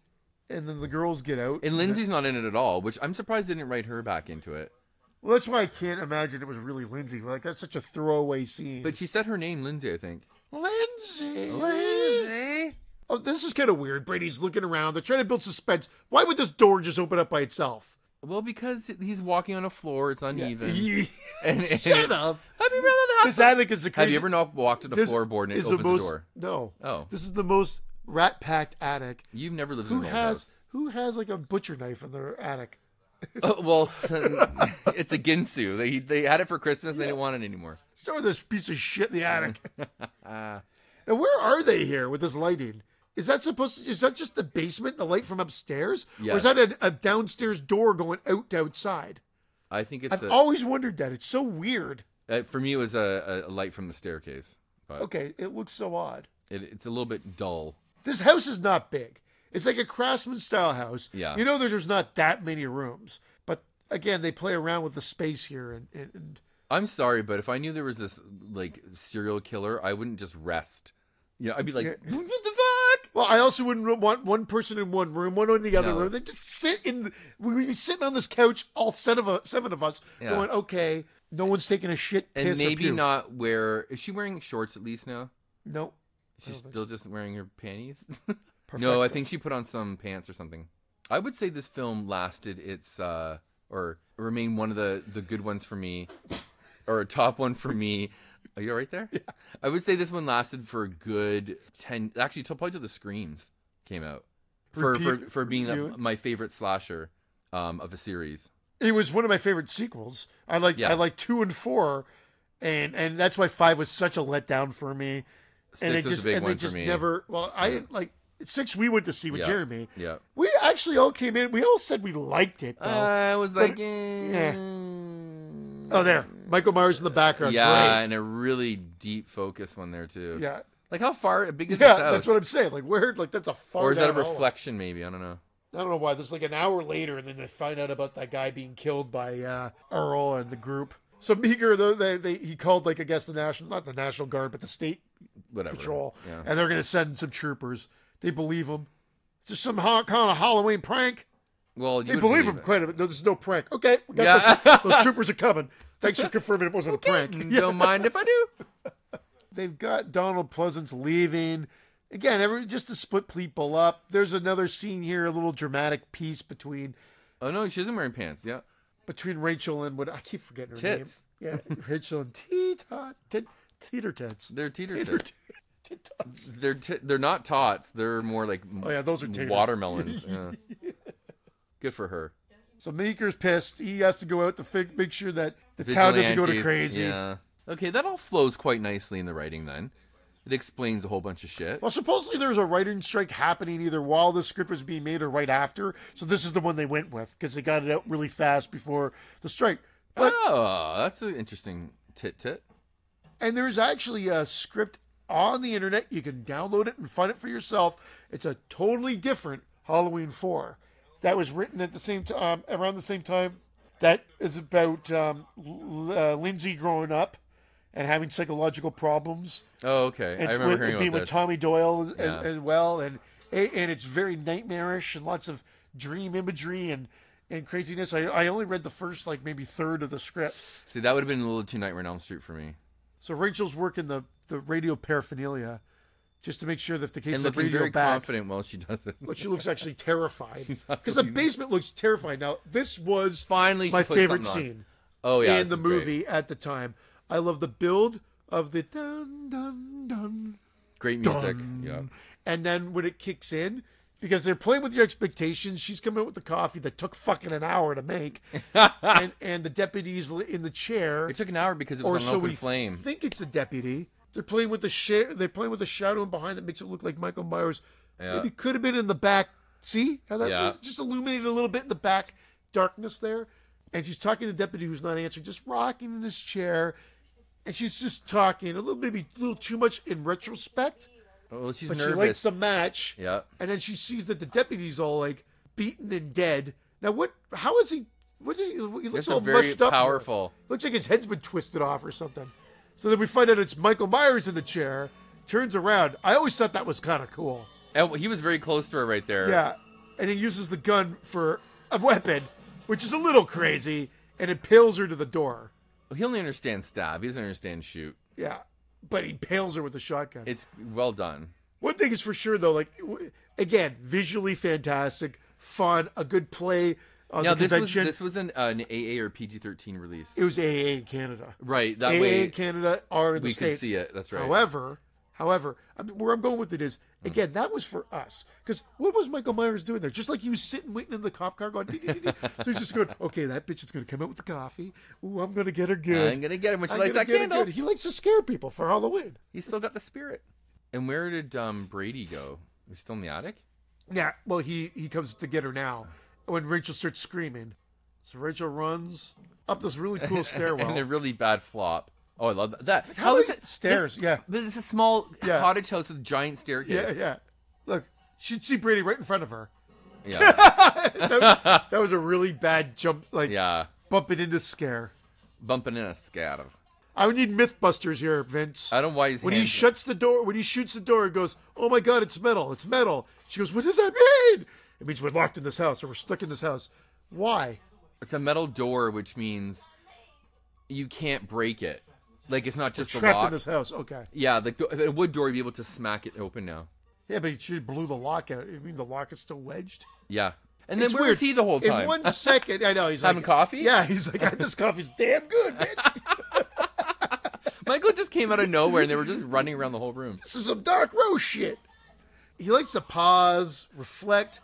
Speaker 1: and then the girls get out.
Speaker 2: And Lindsay's not in it at all, which I'm surprised they didn't write her back into it.
Speaker 1: well, that's why I can't imagine it was really Lindsay. Like that's such a throwaway scene.
Speaker 2: But she said her name, Lindsay, I think.
Speaker 1: Lindsay, Oh, this is kind of weird. Brady's looking around. They're trying to build suspense. Why would this door just open up by itself?
Speaker 2: Well, because he's walking on a floor, it's uneven.
Speaker 1: [laughs]
Speaker 2: And- and-
Speaker 1: Shut up.
Speaker 2: Have you ever
Speaker 1: This attic is the crazy.
Speaker 2: Have you ever not walked on a
Speaker 1: this
Speaker 2: floorboard and it
Speaker 1: is
Speaker 2: opens the,
Speaker 1: most,
Speaker 2: door?
Speaker 1: No.
Speaker 2: Oh.
Speaker 1: This is the most rat-packed attic
Speaker 2: You've never lived
Speaker 1: Who
Speaker 2: in a
Speaker 1: has who has like a butcher knife in their attic?
Speaker 2: [laughs] Oh, well, [laughs] it's a Ginsu. They they had it for Christmas. and They didn't want it anymore.
Speaker 1: Store this piece of shit in the
Speaker 2: [laughs]
Speaker 1: attic. and where are they here with this lighting? Is that supposed to? Is that just the basement, the light from upstairs, or
Speaker 2: Yes.
Speaker 1: is that a, a downstairs door going out to outside?
Speaker 2: I think it's
Speaker 1: I've
Speaker 2: a,
Speaker 1: always wondered that. It's so weird.
Speaker 2: uh, for me. It was a, a light from the staircase, but
Speaker 1: Okay, it looks so odd.
Speaker 2: it, it's a little bit dull.
Speaker 1: This house is not big. It's like a craftsman style house.
Speaker 2: Yeah.
Speaker 1: You know, there's just not that many rooms. But again, they play around with the space here, and, and, and
Speaker 2: I'm sorry, but if I knew there was this like serial killer, I wouldn't just rest. You know, I'd be like,
Speaker 1: Yeah.
Speaker 2: what the fuck?
Speaker 1: Well, I also wouldn't want one person in one room, one in the other
Speaker 2: No.
Speaker 1: room. They just sit in. The, we'd be sitting on this couch, all seven of us, seven of us,
Speaker 2: Yeah.
Speaker 1: going, "Okay, no one's taking a shit."
Speaker 2: And
Speaker 1: piss, or
Speaker 2: maybe
Speaker 1: puke."
Speaker 2: not wear. Is she wearing shorts at least now?
Speaker 1: No.
Speaker 2: She's
Speaker 1: think
Speaker 2: still just wearing her panties. [laughs] no, I think she put on some pants or something. I would say this film lasted its uh or remained one of the the good ones for me, or a top one for me. Are you all right there? Yeah. I would say this one lasted for a good ten. Actually, till probably till the screams came out for for,
Speaker 1: Repeat-
Speaker 2: for being a,
Speaker 1: reviewing?
Speaker 2: my favorite slasher um of a series.
Speaker 1: it was one of my favorite sequels. I like
Speaker 2: Yeah.
Speaker 1: I like two and four, and and that's why five was such a letdown for me. and
Speaker 2: Six was a big
Speaker 1: and
Speaker 2: one
Speaker 1: they
Speaker 2: for
Speaker 1: just
Speaker 2: me.
Speaker 1: never. Well, I didn't like six. We went to see with
Speaker 2: Yeah.
Speaker 1: Jeremy.
Speaker 2: Yeah. Uh,
Speaker 1: We actually all came in. We all said we liked it. Though.
Speaker 2: I was
Speaker 1: Oh. But-
Speaker 2: like,
Speaker 1: yeah.
Speaker 2: eh.
Speaker 1: oh, there, Michael Myers in the background.
Speaker 2: yeah,
Speaker 1: Great.
Speaker 2: and a really deep focus one there too.
Speaker 1: Yeah.
Speaker 2: Like how far big is
Speaker 1: [laughs] Yeah,
Speaker 2: this house?
Speaker 1: that's what I'm saying. Like, where? Like, that's a far.
Speaker 2: or is that a
Speaker 1: down hallway.
Speaker 2: reflection? Maybe I don't know.
Speaker 1: I don't know why. This is like an hour later, and then they find out about that guy being killed by uh, Earl and the group. So Meager, though, they, they he called like I guess the national, not the national guard, but the state
Speaker 2: Whatever.
Speaker 1: patrol,
Speaker 2: Yeah.
Speaker 1: and they're gonna send some troopers. They believe him. It's just some ho- kind of Halloween prank.
Speaker 2: Well, you
Speaker 1: They
Speaker 2: would
Speaker 1: believe him.
Speaker 2: it.
Speaker 1: Quite a bit. No, there's no prank. Okay, we got
Speaker 2: Yeah.
Speaker 1: those,
Speaker 2: [laughs]
Speaker 1: those troopers are coming. Thanks for confirming it wasn't a prank. [laughs]
Speaker 2: Don't mind if I do.
Speaker 1: They've got Donald Pleasance leaving. Again, every, just to split people up. There's another scene here, a little dramatic piece between
Speaker 2: Oh no, she isn't wearing pants. Yeah.
Speaker 1: between Rachel and what I keep forgetting her
Speaker 2: Tits.
Speaker 1: name. Yeah, [laughs] Rachel and teet tit, teeter tits.
Speaker 2: They're teeter
Speaker 1: Teeter
Speaker 2: tots.
Speaker 1: tit- tots.
Speaker 2: They're t- they're not tots. They're more like
Speaker 1: Oh yeah, those are teeter. [laughs]
Speaker 2: watermelons. Yeah. Good for her.
Speaker 1: So Meeker's pissed. He has to go out to fig- make sure that the town doesn't go to
Speaker 2: Vigilantes,
Speaker 1: crazy.
Speaker 2: Yeah. Okay, that all flows quite nicely in the writing then. It explains a whole bunch of shit.
Speaker 1: Well, supposedly there's a writing strike happening either while the script was being made or right after. So this is the one they went with because they got it out really fast before the strike. But
Speaker 2: oh, that's an interesting tit tit.
Speaker 1: and there's actually a script on the internet. You can download it and find it for yourself. It's a totally different Halloween Four that was written at the same time, around the same time. That is about um, L- uh, Lindsay growing up and having psychological problems,
Speaker 2: Oh, okay.
Speaker 1: and
Speaker 2: I remember
Speaker 1: with, and
Speaker 2: hearing
Speaker 1: being
Speaker 2: about
Speaker 1: with
Speaker 2: this.
Speaker 1: Tommy Doyle as,
Speaker 2: Yeah.
Speaker 1: as well, and and it's very nightmarish and lots of dream imagery and. And craziness. I, I only read the first, like maybe third of the script.
Speaker 2: See, that would have been a little too Nightmare on Elm Street for me.
Speaker 1: So Rachel's working the, the radio paraphernalia just to make sure that if the case
Speaker 2: And
Speaker 1: of the
Speaker 2: looking
Speaker 1: radio
Speaker 2: very
Speaker 1: back,
Speaker 2: confident while she does it.
Speaker 1: but she looks actually
Speaker 2: [laughs]
Speaker 1: terrified because the basement looks terrifying. Now this was
Speaker 2: Finally, she
Speaker 1: my
Speaker 2: put
Speaker 1: favorite
Speaker 2: something on.
Speaker 1: scene
Speaker 2: Oh yeah,
Speaker 1: in
Speaker 2: this
Speaker 1: the
Speaker 2: is great.
Speaker 1: movie at the time. I love the build of the dun dun dun
Speaker 2: Great music. Yeah.
Speaker 1: and then when it kicks in, because they're playing with your expectations, she's coming out with the coffee that took fucking an hour to
Speaker 2: [laughs]
Speaker 1: make, and and the deputy's li- in the chair
Speaker 2: It took an hour because it
Speaker 1: or
Speaker 2: was on
Speaker 1: so
Speaker 2: open
Speaker 1: we
Speaker 2: flame.
Speaker 1: think it's a deputy. They're playing with the share. They're playing with the shadow in behind that makes it look like Michael Myers.
Speaker 2: Yeah.
Speaker 1: Maybe could have been in the back. See how that
Speaker 2: Yeah.
Speaker 1: it's just illuminated a little bit in the back darkness there. And she's talking to the deputy who's not answering, just rocking in his chair. And she's just talking a little, maybe a little too much in retrospect.
Speaker 2: oh, she's
Speaker 1: But
Speaker 2: nervous.
Speaker 1: she lights the match.
Speaker 2: yeah.
Speaker 1: And then she sees that the deputy's all like beaten and dead. Now what? How is he? What is he? He looks
Speaker 2: It's
Speaker 1: all
Speaker 2: a very
Speaker 1: mushed up.
Speaker 2: powerful.
Speaker 1: Looks like his head's been twisted off or something. So then we find out it's Michael Myers in the chair. Turns around. I always thought that was kind of cool.
Speaker 2: And he was very close to her right there.
Speaker 1: Yeah, and he uses the gun for a weapon, which is a little crazy, and impales her to the door.
Speaker 2: He only understands stab. He doesn't understand shoot.
Speaker 1: Yeah, but he impales her with a shotgun.
Speaker 2: It's well done.
Speaker 1: One thing is for sure though, like w- again, visually fantastic, fun, a good play on
Speaker 2: Now
Speaker 1: the
Speaker 2: this was
Speaker 1: convention.
Speaker 2: this was an, uh, an AA or PG thirteen release.
Speaker 1: It was AA in Canada.
Speaker 2: right. That
Speaker 1: AA
Speaker 2: way
Speaker 1: in Canada are in the
Speaker 2: we could
Speaker 1: states.
Speaker 2: see it. That's right. Mm.
Speaker 1: However, however, I mean, where I'm going with it is again that was for us because what was Michael Myers doing there? Just like he was sitting waiting in the cop car going, dee, dee, dee,
Speaker 2: [laughs]
Speaker 1: dee. so he's just going, okay, that bitch is going to come out with the coffee. Ooh, I'm going to get her good.
Speaker 2: I'm gonna get him when she
Speaker 1: I'm
Speaker 2: lights
Speaker 1: gonna
Speaker 2: that
Speaker 1: get her
Speaker 2: candle.
Speaker 1: good." He likes to scare people for Halloween.
Speaker 2: He's still got the spirit. And where did um, Brady go? He's still in the attic.
Speaker 1: Yeah, well, he he comes to get her now when Rachel starts screaming. So Rachel runs up this really
Speaker 2: [laughs]
Speaker 1: cool stairwell.
Speaker 2: And a really bad flop. Oh, I love that. that
Speaker 1: how
Speaker 2: is
Speaker 1: many
Speaker 2: it
Speaker 1: stairs?
Speaker 2: This,
Speaker 1: Yeah.
Speaker 2: but it's a small
Speaker 1: Yeah.
Speaker 2: cottage house with a giant staircase.
Speaker 1: yeah, yeah. Look, she'd see Brady right in front of her. [laughs]
Speaker 2: Yeah.
Speaker 1: that, that was a really bad jump, like
Speaker 2: yeah.
Speaker 1: bumping into scare.
Speaker 2: Bumping in a scatter.
Speaker 1: I would need MythBusters here, Vince.
Speaker 2: I don't know why he's
Speaker 1: When he shuts the door, when he shoots the door, he goes, "Oh my God, it's metal! It's metal!" She goes, "What does that mean?" It means we're locked in this house, or we're stuck in this house. Why?
Speaker 2: It's a metal door, which means you can't break it. Like it's not just a
Speaker 1: Trapped
Speaker 2: lock.
Speaker 1: in this house. Okay.
Speaker 2: Yeah, like the, if it- a wood door, you'd be able to smack it open now.
Speaker 1: Yeah, but she blew the lock out. You mean the lock is still wedged?
Speaker 2: Yeah. And then
Speaker 1: It's
Speaker 2: where
Speaker 1: weird.
Speaker 2: was he the whole time?
Speaker 1: In one second, I know he's
Speaker 2: [laughs] Having
Speaker 1: like,
Speaker 2: coffee?
Speaker 1: Yeah, he's like, "This coffee's damn good,
Speaker 2: [laughs]
Speaker 1: bitch.
Speaker 2: Michael just came out of nowhere, and they were just running around the whole room.
Speaker 1: this is some dark roast shit." He likes to pause, reflect.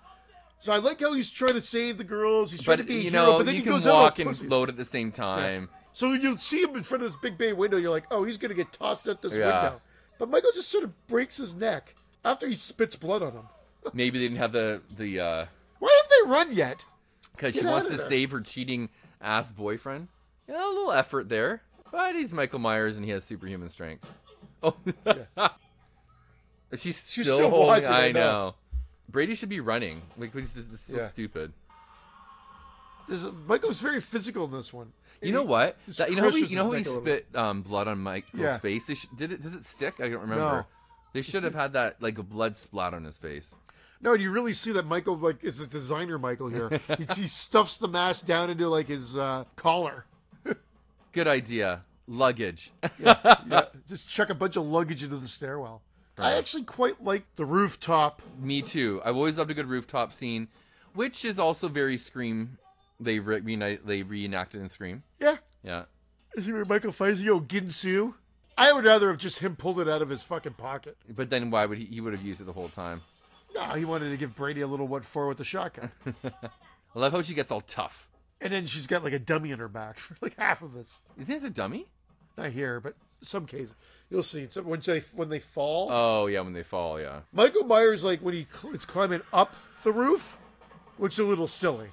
Speaker 1: So I like how he's trying to save the girls. He's trying
Speaker 2: But
Speaker 1: to be a
Speaker 2: you
Speaker 1: hero,
Speaker 2: know,
Speaker 1: but then
Speaker 2: you
Speaker 1: he
Speaker 2: can
Speaker 1: goes out on
Speaker 2: walk and
Speaker 1: pussies.
Speaker 2: load at the same time.
Speaker 1: So you see him in front of this big bay window. You're like, "Oh, he's gonna get tossed out this
Speaker 2: Yeah.
Speaker 1: window." But Michael just sort of breaks his neck after he spits blood on him.
Speaker 2: Maybe they didn't have the the. uh
Speaker 1: Why have they run yet?
Speaker 2: because she
Speaker 1: Get
Speaker 2: wants
Speaker 1: out
Speaker 2: to
Speaker 1: of there.
Speaker 2: save her cheating ass boyfriend. Yeah, a little effort there, but he's Michael Myers and he has superhuman strength. Oh, [laughs] She's still,
Speaker 1: She's still
Speaker 2: holding.
Speaker 1: watching,
Speaker 2: I
Speaker 1: I know.
Speaker 2: know. Brady should be running. Like, this is so
Speaker 1: Yeah.
Speaker 2: stupid.
Speaker 1: There's a, Michael's very physical in this one.
Speaker 2: You know what?
Speaker 1: just
Speaker 2: That- you know how he,
Speaker 1: crushes
Speaker 2: you know how
Speaker 1: his
Speaker 2: he
Speaker 1: neck a little.
Speaker 2: spit um, blood on Michael's
Speaker 1: Yeah.
Speaker 2: face. They sh- did it? Does it stick? I don't remember.
Speaker 1: No.
Speaker 2: They should have had that like a blood splat on his face.
Speaker 1: No, you really see that Michael like is the designer Michael
Speaker 2: [laughs]
Speaker 1: here. he, he stuffs the mask down into like his uh, collar.
Speaker 2: Good idea. Luggage.
Speaker 1: Yeah, [laughs] just chuck a bunch of luggage into the stairwell. I actually quite like the rooftop.
Speaker 2: Me too. I've always loved a good rooftop scene, which is also very Scream. They re- reunite. They reenacted in Scream.
Speaker 1: Yeah,
Speaker 2: Yeah.
Speaker 1: is he where Michael finds the old Ginsu? I would rather have just him pulled it out of his fucking pocket.
Speaker 2: But then why would he? He would have used it the whole time.
Speaker 1: No, he wanted to give Brady a little what for with the shotgun.
Speaker 2: I love how she gets all tough.
Speaker 1: and then she's got like a dummy in her back [laughs] for like half of this.
Speaker 2: You think it's a dummy?
Speaker 1: Not here, but some cases you'll see. So when they when they fall,
Speaker 2: Oh yeah, when they fall, yeah.
Speaker 1: Michael Myers like when he cl- is climbing up the roof looks a little silly.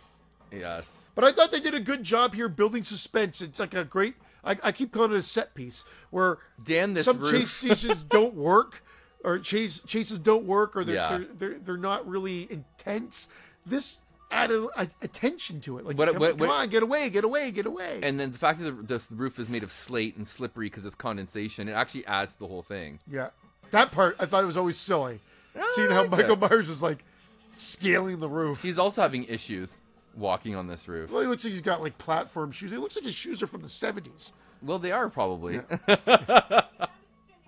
Speaker 2: Yes.
Speaker 1: But I thought they did a good job here building suspense. It's like a great. I, I keep calling it a set piece where
Speaker 2: Damn this
Speaker 1: some
Speaker 2: roof.
Speaker 1: chase
Speaker 2: [laughs]
Speaker 1: chases don't work, or chase chases don't work, or they're
Speaker 2: Yeah.
Speaker 1: they're, they're they're not really intense. This added a, attention to it. Like,
Speaker 2: What-
Speaker 1: come,
Speaker 2: what-
Speaker 1: come
Speaker 2: what-
Speaker 1: on, get away, get away, get away.
Speaker 2: And then the fact that the, the roof is made of slate and slippery because it's condensation, it actually adds to the whole thing.
Speaker 1: yeah, that part I thought it was always silly.
Speaker 2: Ah, I
Speaker 1: Seeing how
Speaker 2: like
Speaker 1: Michael
Speaker 2: it.
Speaker 1: Myers is like scaling the roof.
Speaker 2: He's also having issues walking on this roof.
Speaker 1: Well, he looks like he's got like platform shoes. It looks like his shoes are from the seventies.
Speaker 2: Well, they are probably.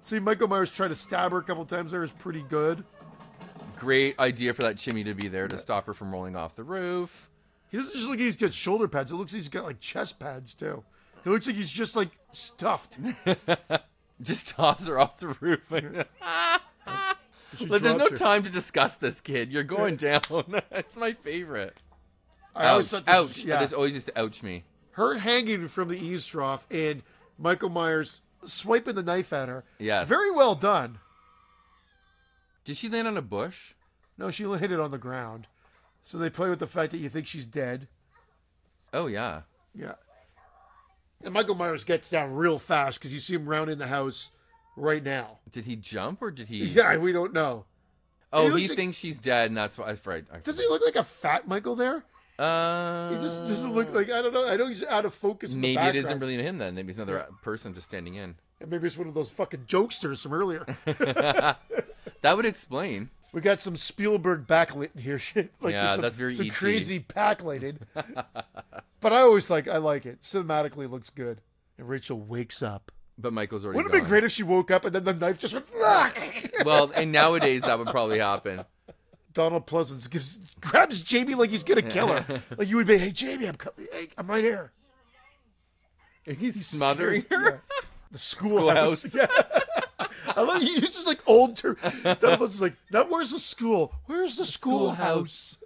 Speaker 1: See, Michael Myers trying to stab her a couple times there is pretty good.
Speaker 2: [laughs] Great idea for that chimney to be there to stop her from rolling off the roof.
Speaker 1: He doesn't just look like he's got shoulder pads. It looks like he's got like chest pads too. It looks like he's just [laughs] like stuffed.
Speaker 2: [laughs] Just toss her off the roof. [laughs] Like,
Speaker 1: She
Speaker 2: there's no
Speaker 1: drops her.
Speaker 2: time to discuss this, kid.
Speaker 1: [laughs]
Speaker 2: You're going down. [laughs] That's my favorite.
Speaker 1: I always
Speaker 2: Ouch.
Speaker 1: thought this-
Speaker 2: Ouch.
Speaker 1: yeah.
Speaker 2: This always used to ouch me.
Speaker 1: her hanging from the eaves trough and Michael Myers swiping the knife at her.
Speaker 2: Yes.
Speaker 1: Very well done.
Speaker 2: Did she land on a bush?
Speaker 1: No, she hit it on the ground. So they play with the fact that you think she's dead.
Speaker 2: Oh, yeah.
Speaker 1: Yeah. And Michael Myers gets down real fast because you see him rounding the house right now.
Speaker 2: Did he jump or did he?
Speaker 1: Yeah, we don't know.
Speaker 2: Oh,
Speaker 1: He
Speaker 2: he,
Speaker 1: looks like-
Speaker 2: thinks she's dead, and that's why. That's right. I-
Speaker 1: Does he look like a fat Michael there?
Speaker 2: Uh,
Speaker 1: He just doesn't look like I don't know. I know he's out of focus. In
Speaker 2: Maybe
Speaker 1: the
Speaker 2: it
Speaker 1: background.
Speaker 2: isn't really him then. Maybe it's another person just standing in.
Speaker 1: And maybe it's one of those fucking jokesters from
Speaker 2: [laughs]
Speaker 1: earlier.
Speaker 2: That would explain.
Speaker 1: we got some Spielberg backlit in here. [laughs] Shit, like
Speaker 2: Yeah,
Speaker 1: there's some,
Speaker 2: that's very E
Speaker 1: some
Speaker 2: ET.
Speaker 1: crazy backlighted. [laughs] but I always like I like it. Cinematically, it looks good. And Rachel wakes up.
Speaker 2: But Michael's already.
Speaker 1: Wouldn't it be
Speaker 2: gone.
Speaker 1: great if she woke up and then the knife just went. "Fuck!" [laughs]
Speaker 2: Well, and nowadays that would probably happen.
Speaker 1: Donald Pleasance gives grabs Jamie like he's gonna kill
Speaker 2: [laughs]
Speaker 1: her. like you would be, hey Jamie, I'm coming. Hey, I'm right here.
Speaker 2: He's smothering her. [laughs]
Speaker 1: Yeah. The schoolhouse.
Speaker 2: Schoolhouse.
Speaker 1: [laughs] Yeah. I love you. It's just like old term. Dumbledore's like, not where's the school? Where's the, schoolhouse?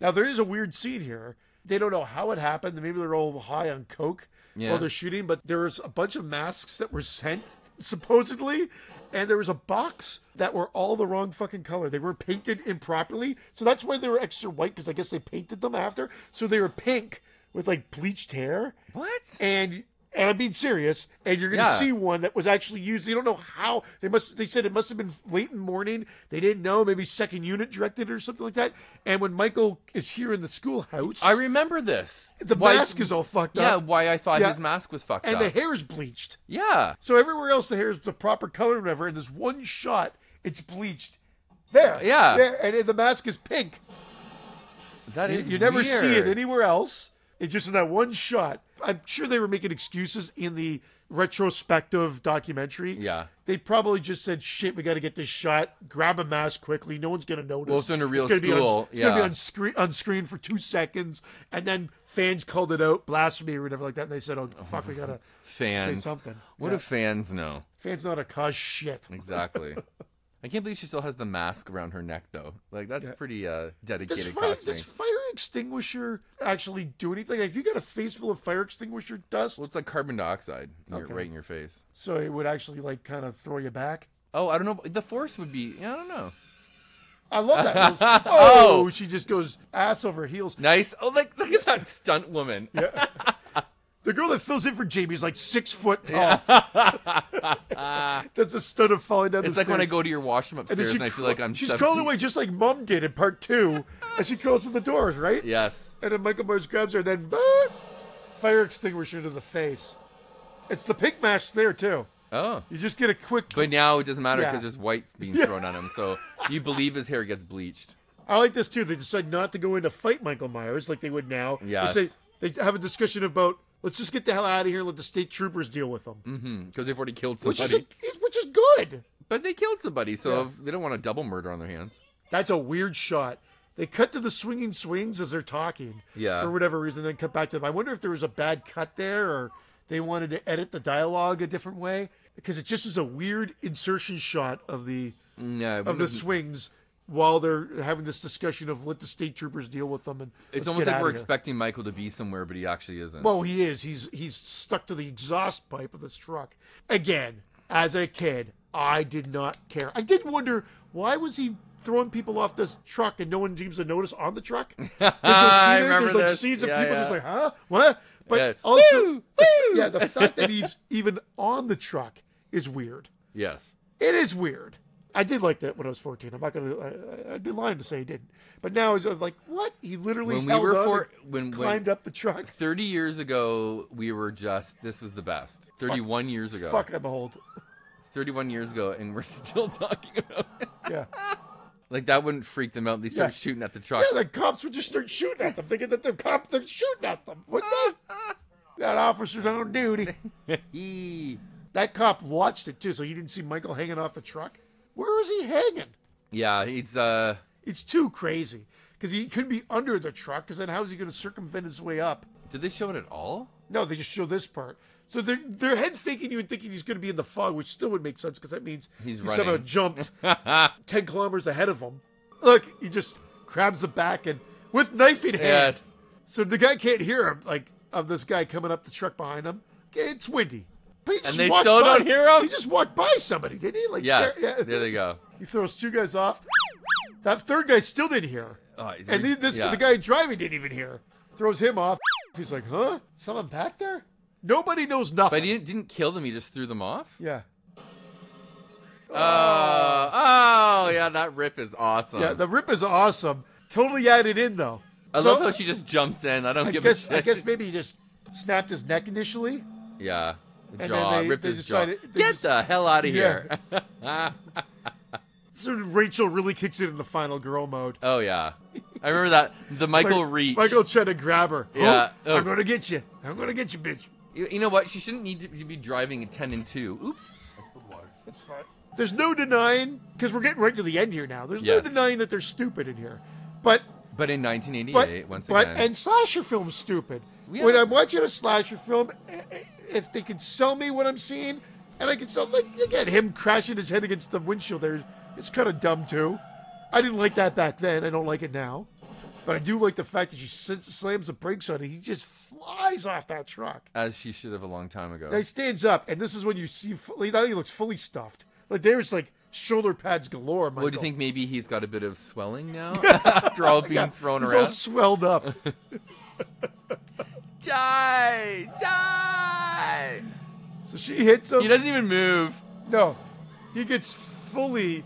Speaker 1: now there is a weird scene here. They don't know how it happened. Maybe they're all high on coke
Speaker 2: Yeah.
Speaker 1: while they're shooting. But there was a bunch of masks that were sent supposedly, and there was a box that were all the wrong fucking color. They were painted improperly, so that's why they were extra white because I guess they painted them after. So they were pink with like bleached hair
Speaker 2: What?
Speaker 1: and and I'm being serious. And you're gonna
Speaker 2: Yeah.
Speaker 1: see one that was actually used. They don't know how they must. They said it must have been late in the morning. They didn't know. Maybe second unit directed it or something like that. And when Michael is here in the schoolhouse,
Speaker 2: I remember this.
Speaker 1: the
Speaker 2: Why-
Speaker 1: mask is all fucked
Speaker 2: Yeah,
Speaker 1: up,
Speaker 2: why I thought
Speaker 1: Yeah.
Speaker 2: his mask was fucked
Speaker 1: and
Speaker 2: up.
Speaker 1: the hair is bleached.
Speaker 2: yeah.
Speaker 1: So everywhere else, the hair is the proper color and whatever. And this one shot, it's bleached. There,
Speaker 2: Yeah.
Speaker 1: there, and the mask is pink.
Speaker 2: That
Speaker 1: You-
Speaker 2: is
Speaker 1: you never see it
Speaker 2: weird.
Speaker 1: anywhere else. It's just in that one shot. I'm sure they were making excuses in the retrospective documentary.
Speaker 2: Yeah.
Speaker 1: They probably just said, shit, we got to get this shot. Grab a mask quickly. No one's going to notice.
Speaker 2: Well, it's in a real
Speaker 1: gonna be on-
Speaker 2: school,
Speaker 1: it's going to
Speaker 2: yeah.
Speaker 1: be on screen, on screen for two seconds. And then fans called it out, blasphemy or whatever like that. And they said, oh, fuck, we got
Speaker 2: [laughs]
Speaker 1: to.
Speaker 2: Fans.
Speaker 1: Say something.
Speaker 2: What
Speaker 1: Yeah.
Speaker 2: do fans know?
Speaker 1: Fans not a cause shit.
Speaker 2: Exactly. I can't believe she still has the mask around her neck though. Like that's pretty uh,
Speaker 1: Does
Speaker 2: dedicated
Speaker 1: fire,
Speaker 2: costuming.
Speaker 1: does fire extinguisher actually do anything? Like, if you got a face full of fire extinguisher dust,
Speaker 2: Well, it's like carbon dioxide in your-
Speaker 1: Okay.
Speaker 2: right in your face.
Speaker 1: so it would actually, like, kind of throw you back.
Speaker 2: Oh, I don't know. The force would be. I don't know.
Speaker 1: I love that.
Speaker 2: [laughs]
Speaker 1: Those- oh, she just goes ass over heels.
Speaker 2: Nice. Oh, like look at that stunt woman.
Speaker 1: The girl that fills in for Jamie is like six foot tall. [laughs] That's a stud of falling down
Speaker 2: It's
Speaker 1: the
Speaker 2: like when I
Speaker 1: stairs.
Speaker 2: go to your washroom upstairs
Speaker 1: she
Speaker 2: and, I feel
Speaker 1: crawl-
Speaker 2: like I'm.
Speaker 1: She's
Speaker 2: 17.
Speaker 1: crawling away just like Mom did in part two, as she crawls through the doors, right?
Speaker 2: Yes.
Speaker 1: And then Michael Myers grabs her, and then boop, fire extinguisher to the face. It's the pig mash there too.
Speaker 2: Oh.
Speaker 1: You just get a quick.
Speaker 2: But now it doesn't matter
Speaker 1: Yeah.
Speaker 2: because there's white being thrown on him, so you believe his hair gets bleached.
Speaker 1: I like this too. They decide not to go in to fight Michael Myers like they would now.
Speaker 2: Yes.
Speaker 1: They, say, they have a discussion about let's just get the hell out of here and let the state troopers deal with them,
Speaker 2: Mm-hmm. Because they've already killed
Speaker 1: which
Speaker 2: somebody.
Speaker 1: is a, which is good.
Speaker 2: But they killed somebody, so they don't want a double murder on their hands.
Speaker 1: That's a weird shot. They cut to the swinging swings as they're talking.
Speaker 2: Yeah.
Speaker 1: For whatever reason, then cut back to them. I wonder if there was a bad cut there or they wanted to edit the dialogue a different way because it just is a weird insertion shot of the
Speaker 2: No,
Speaker 1: of the swings while they're having this discussion of let the state troopers deal with them and
Speaker 2: it's
Speaker 1: let's
Speaker 2: almost
Speaker 1: get
Speaker 2: like
Speaker 1: outta
Speaker 2: we're
Speaker 1: here.
Speaker 2: expecting Michael to be somewhere, but he actually isn't.
Speaker 1: Well, he is. He's he's stuck to the exhaust pipe of this truck. Again, as a kid, I did not care. I did wonder why was he throwing people off this truck and no one seems to notice on the
Speaker 2: [laughs]
Speaker 1: truck. There's no scene
Speaker 2: I
Speaker 1: there.
Speaker 2: remember
Speaker 1: There's like
Speaker 2: this.
Speaker 1: scenes of
Speaker 2: Yeah,
Speaker 1: people
Speaker 2: yeah.
Speaker 1: just like, huh, what? But
Speaker 2: Yeah.
Speaker 1: also,
Speaker 2: Woo,
Speaker 1: the-
Speaker 2: woo.
Speaker 1: yeah, the fact
Speaker 2: [laughs]
Speaker 1: that he's even on the truck is weird.
Speaker 2: yes.
Speaker 1: It is weird. I did like that when I was 14. I'm not gonna. I- I, I'd be lying to say I didn't. But now it's like, what? He literally
Speaker 2: When we
Speaker 1: held
Speaker 2: were
Speaker 1: on
Speaker 2: four,
Speaker 1: and
Speaker 2: when, when
Speaker 1: climbed up the
Speaker 2: [laughs]
Speaker 1: truck.
Speaker 2: 30 years ago, we were just this was the best. 31 years ago.
Speaker 1: Fuck, I'm old.
Speaker 2: 31 years ago, and we're [laughs] still talking about it.
Speaker 1: Yeah.
Speaker 2: Like that wouldn't freak them out. They start
Speaker 1: Yeah.
Speaker 2: shooting at the truck.
Speaker 1: Yeah, the cops would just start shooting at them, thinking that the cop they're shooting at them. What the? that officer's on duty.
Speaker 2: Eee.
Speaker 1: That cop watched it too, so you didn't see Michael hanging off the truck. Where is he hanging?
Speaker 2: yeah, it's uh
Speaker 1: It's too crazy because he could be under the truck. Because then how is he going to circumvent his way up?
Speaker 2: did they show it at all?
Speaker 1: No, they just show this part. So they're they're head faking you and thinking he's going to be in the fog, which still would make sense because that means
Speaker 2: He's
Speaker 1: he somehow
Speaker 2: running.
Speaker 1: jumped
Speaker 2: [laughs]
Speaker 1: ten kilometers ahead of him. Look, he just grabs the back and with knife in hand.
Speaker 2: Yes.
Speaker 1: So the guy can't hear him, like of this guy coming up the truck behind him. Okay, It's windy, but he just
Speaker 2: they
Speaker 1: walked
Speaker 2: still
Speaker 1: by-
Speaker 2: don't hear him?
Speaker 1: He just walked by somebody, didn't he? Like
Speaker 2: Yes.
Speaker 1: yeah,
Speaker 2: There they go.
Speaker 1: He throws two guys off. That third guy still didn't hear.
Speaker 2: Oh, it's
Speaker 1: and
Speaker 2: re-
Speaker 1: the, this
Speaker 2: yeah.
Speaker 1: the guy driving didn't even hear. Throws him off. He's like, huh? Someone back there? Nobody knows nothing.
Speaker 2: But he didn't, didn't kill them. He just threw them off.
Speaker 1: yeah.
Speaker 2: Uh, oh yeah, that rip is awesome.
Speaker 1: Yeah, the rip is awesome. Totally added in though.
Speaker 2: Uh. I
Speaker 1: So,
Speaker 2: love how she just jumps in. I don't
Speaker 1: I
Speaker 2: give
Speaker 1: guess
Speaker 2: a
Speaker 1: I
Speaker 2: shit.
Speaker 1: guess maybe he just snapped his neck initially.
Speaker 2: [laughs] yeah. The
Speaker 1: then
Speaker 2: jaw
Speaker 1: they-
Speaker 2: ripped
Speaker 1: they
Speaker 2: his jaw.
Speaker 1: decided- they
Speaker 2: Get
Speaker 1: just-
Speaker 2: the hell out of
Speaker 1: Yeah.
Speaker 2: here. [laughs]
Speaker 1: So Rachel really kicks it in the final girl mode.
Speaker 2: oh yeah. I remember that
Speaker 1: [laughs]
Speaker 2: the Michael
Speaker 1: Like,
Speaker 2: reach.
Speaker 1: Michael tried to grab her.
Speaker 2: Yeah,
Speaker 1: Oh, I'm
Speaker 2: oh.
Speaker 1: gonna get you. I'm gonna get you, bitch.
Speaker 2: You, you know what? She shouldn't need to be driving a ten and two. Oops. I spilled water.
Speaker 1: It's fine. There's no denying because we're getting right to the end here now. There's no
Speaker 2: Yes.
Speaker 1: denying that they're stupid in here, but
Speaker 2: But in 1988,
Speaker 1: but
Speaker 2: once
Speaker 1: but
Speaker 2: again,
Speaker 1: and slasher films stupid.
Speaker 2: Yeah.
Speaker 1: When I'm watching a slasher film, i- i- if they can sell me what I'm seeing, and I can sell like again him crashing his head against the windshield there, it's kind of dumb too. I didn't like that back then. I don't like it now, but I do like the fact that she s- slams the brakes on it. He just flies off that truck.
Speaker 2: as she should have a long time ago.
Speaker 1: Now he stands up, and this is when you see fully, now he looks fully stuffed. Like there's like shoulder pads galore. Michael.
Speaker 2: What do you think? Maybe he's got a bit of swelling
Speaker 1: [laughs]
Speaker 2: now [laughs] after all being thrown
Speaker 1: He's
Speaker 2: around.
Speaker 1: all swelled
Speaker 2: [laughs]
Speaker 1: up.
Speaker 2: Die! Die!
Speaker 1: so she hits him.
Speaker 2: He doesn't even move.
Speaker 1: no, he gets fully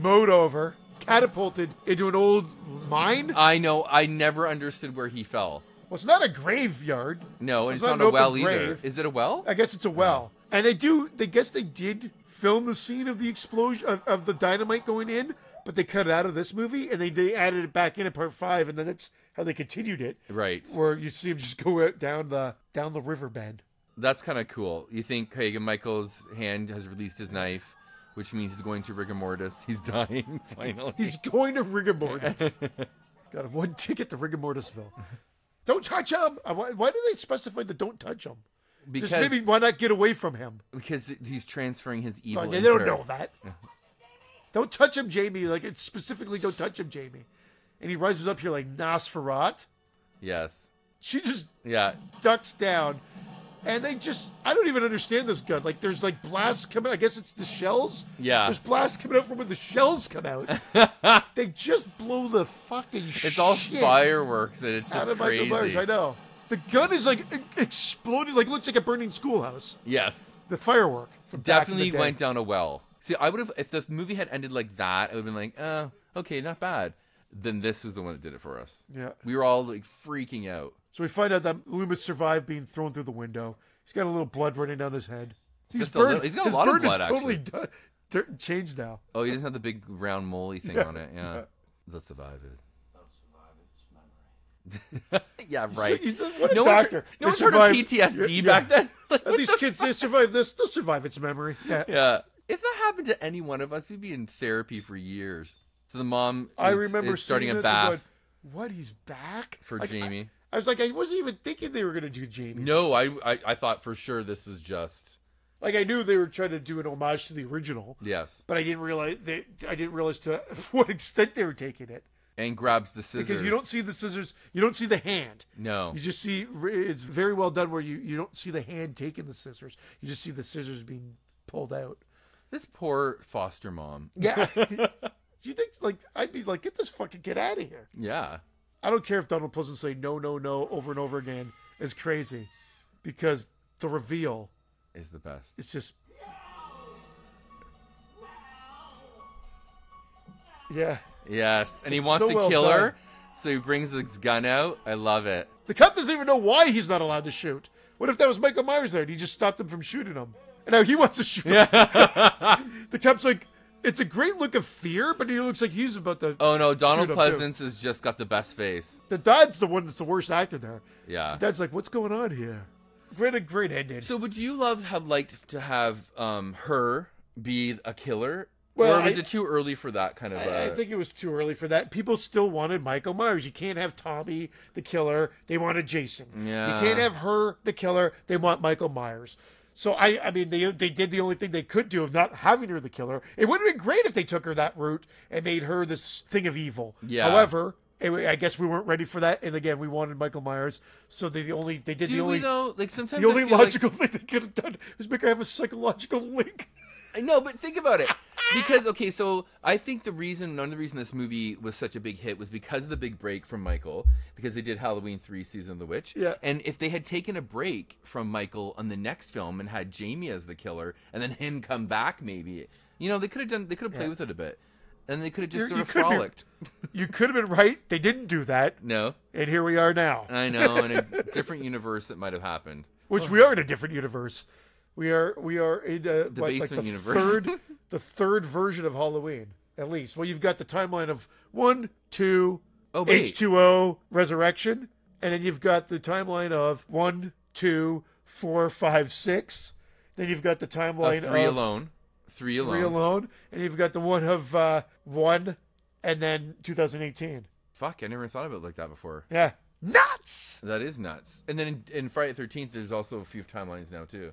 Speaker 1: mowed over, catapulted into an old mine.
Speaker 2: I know. I never understood where he fell.
Speaker 1: well, it's not a graveyard. So
Speaker 2: No, and
Speaker 1: it's
Speaker 2: it's,
Speaker 1: not
Speaker 2: not,
Speaker 1: an open
Speaker 2: a well
Speaker 1: grave.
Speaker 2: either. Is it a well?
Speaker 1: I guess it's a well. And they do. They guess they did film the scene of the explosion of, of the dynamite going in, but they cut it out of this movie and they, they added it back in at part five, and then that's how they continued it.
Speaker 2: Right.
Speaker 1: where you see him just go out down the down the river bend.
Speaker 2: That's kind of cool. You think Hagen Michael's hand has released his knife, which means he's going to rigor mortis. He's [laughs] dying finally.
Speaker 1: He's going to rigor mortis. [laughs] Got a one ticket to rigor mortisville. Don't touch him. Uh, Why, why do they specify the don't touch him?
Speaker 2: because,
Speaker 1: Just maybe why not get away from him?
Speaker 2: because he's transferring his evil.
Speaker 1: Like, they
Speaker 2: into
Speaker 1: don't
Speaker 2: her.
Speaker 1: know that. Don't touch him, Jamie. Like it's specifically don't touch him, Jamie. And he rises up here like Nosferat.
Speaker 2: Yes.
Speaker 1: She just
Speaker 2: Yeah.
Speaker 1: ducks down. And they just, I don't even understand this gun. Like, there's like blasts coming. I guess it's the shells.
Speaker 2: Yeah.
Speaker 1: There's blasts coming out from when the shells come out.
Speaker 2: [laughs]
Speaker 1: they just blow the fucking shit.
Speaker 2: It's all fireworks and it's
Speaker 1: out
Speaker 2: just
Speaker 1: of Michael
Speaker 2: crazy.
Speaker 1: Myers. I know. The gun is like e- exploded, like looks like a burning schoolhouse.
Speaker 2: Yes.
Speaker 1: The firework. from back in the
Speaker 2: Definitely
Speaker 1: day.
Speaker 2: went down a well. See, I would have if the movie had ended like that, I would have been like, uh, okay, not bad. Then this was the one that did it for us.
Speaker 1: Yeah.
Speaker 2: We were all like freaking out.
Speaker 1: So we find out that Loomis survived being thrown through the window. He's got a little blood running down his head. He's
Speaker 2: Just a little- he's got a
Speaker 1: his
Speaker 2: lot of
Speaker 1: bird is
Speaker 2: blood,
Speaker 1: totally done, tur- changed now.
Speaker 2: Oh, he doesn't have the big round moly thing on it. Yeah. They'll survive it. [laughs] yeah, right.
Speaker 1: He's a, what a
Speaker 2: no
Speaker 1: doctor.
Speaker 2: One, no one
Speaker 1: They
Speaker 2: heard
Speaker 1: survived-
Speaker 2: of PTSD
Speaker 1: yeah,
Speaker 2: back
Speaker 1: yeah.
Speaker 2: then. [laughs] Like,
Speaker 1: Uh, These kids, they survive this. They'll survive its memory. Yeah.
Speaker 2: yeah. If that happened to any one of us, we'd be in therapy for years. So the mom
Speaker 1: I
Speaker 2: is-
Speaker 1: remember
Speaker 2: is starting
Speaker 1: seeing
Speaker 2: a
Speaker 1: this and
Speaker 2: bath
Speaker 1: going, what? He's back
Speaker 2: for
Speaker 1: Like, I- [laughs]
Speaker 2: Jamie.
Speaker 1: I, was like, I wasn't even thinking they were going to do Jamie.
Speaker 2: no, I, I I thought for sure this was just
Speaker 1: Like I knew they were trying to do an homage to the original,
Speaker 2: yes.
Speaker 1: but I didn't realize they. I didn't realize to [laughs] what extent they were taking it
Speaker 2: And grabs the scissors.
Speaker 1: because you don't see the scissors, you don't see the hand.
Speaker 2: No.
Speaker 1: You just see it's very well done where you, you don't see the hand taking the scissors. You just see the scissors being pulled out.
Speaker 2: This poor foster mom.
Speaker 1: Yeah.
Speaker 2: [laughs]
Speaker 1: Do you think like I'd be like, get this fucking kid out of here?
Speaker 2: Yeah.
Speaker 1: I don't care if Donald Pleasant say no, no, no over and over again is crazy, because the reveal
Speaker 2: Is the best.
Speaker 1: is just. Yeah.
Speaker 2: Yes. And he wants
Speaker 1: so
Speaker 2: to
Speaker 1: well
Speaker 2: kill her.
Speaker 1: done.
Speaker 2: So he brings his gun out. I love it.
Speaker 1: The cop doesn't even know why he's not allowed to shoot. What if that was Michael Myers there and he just stopped him from shooting him? And now he wants to [laughs] shoot. the cop's like, it's a great look of fear, but he looks like he's about to.
Speaker 2: Oh no, Donald
Speaker 1: Shoot him, too.
Speaker 2: Pleasance has just got the best face.
Speaker 1: The dad's the one that's the worst actor there.
Speaker 2: Yeah.
Speaker 1: The dad's like, what's going on here? Great, a great ending.
Speaker 2: So would you love have liked to have um her be a killer?
Speaker 1: Well,
Speaker 2: or was
Speaker 1: I-
Speaker 2: it too early for that kind of
Speaker 1: I, I
Speaker 2: uh,
Speaker 1: think it was too early for that. People still wanted Michael Myers. You can't have Tommy the killer. They wanted Jason.
Speaker 2: Yeah.
Speaker 1: You can't have her the killer. They want Michael Myers. So I, I mean, they they did the only thing they could do of not having her the killer. It would have been great if they took her that route and made her this thing of evil.
Speaker 2: Yeah.
Speaker 1: However, it, I guess we weren't ready for that. And again, we wanted Michael Myers. So they the only they did
Speaker 2: do
Speaker 1: the only
Speaker 2: we though? Like sometimes
Speaker 1: the
Speaker 2: I
Speaker 1: only
Speaker 2: feel like-
Speaker 1: logical [laughs] thing they could have done was make her have a psychological link.
Speaker 2: I know, but think about it. Because okay, so I think the reason none of the reason this movie was such a big hit was because of the big break from Michael, because they did Halloween three season of the witch.
Speaker 1: Yeah.
Speaker 2: And if they had taken a break from Michael on the next film and had Jamie as the killer and then him come back maybe, you know, they could have done they could have played with it a bit. And they could have
Speaker 1: You're-
Speaker 2: just sort
Speaker 1: you
Speaker 2: of
Speaker 1: could be-
Speaker 2: frolicked.
Speaker 1: You could have been right. They didn't do that,
Speaker 2: No.
Speaker 1: and here we are now.
Speaker 2: I know, in a [laughs] different universe that might have happened.
Speaker 1: which we are in a different universe. We are we are in uh, what, like the
Speaker 2: basement universe. [laughs]
Speaker 1: third the third version of Halloween at least. Well, you've got the timeline of one, two,
Speaker 2: Oh, wait.
Speaker 1: H two O resurrection, and then you've got the timeline of one, two, four, five, six. Then you've got the
Speaker 2: Uh,
Speaker 1: timeline
Speaker 2: three
Speaker 1: of
Speaker 2: alone. Three alone.
Speaker 1: three alone, and you've got the one of uh, one, and then 2018.
Speaker 2: Fuck, I never thought of it like that before.
Speaker 1: Yeah, nuts.
Speaker 2: That is nuts. And then in, in Friday the 13th, there's also a few timelines now, too.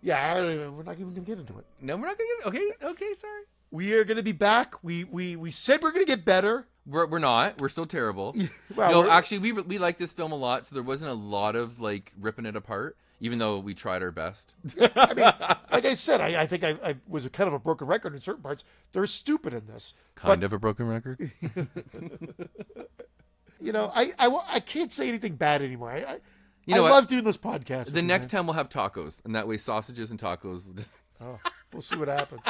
Speaker 1: Yeah, I don't even, we're not even gonna get into it.
Speaker 2: No, we're not going to get Okay, okay, sorry.
Speaker 1: We are gonna be back. We we we said we're gonna get better.
Speaker 2: We're, we're not. We're still terrible.
Speaker 1: [laughs] well,
Speaker 2: no,
Speaker 1: we're-
Speaker 2: actually, we, we liked this film a lot, so there wasn't a lot of, like, ripping it apart, even though we tried
Speaker 1: [laughs]
Speaker 2: our best.
Speaker 1: I mean, like I said, I, I think I, I was kind of a broken record in certain parts. They're stupid in this.
Speaker 2: Kind of a
Speaker 1: [laughs]
Speaker 2: broken record.
Speaker 1: You know, I, I, wa- I can't say anything bad anymore. I, I,
Speaker 2: You know
Speaker 1: I
Speaker 2: what?
Speaker 1: love doing this podcast. with
Speaker 2: The
Speaker 1: you,
Speaker 2: next
Speaker 1: man.
Speaker 2: time we'll have tacos, and that way sausages and tacos will just... [laughs]
Speaker 1: We'll see what happens.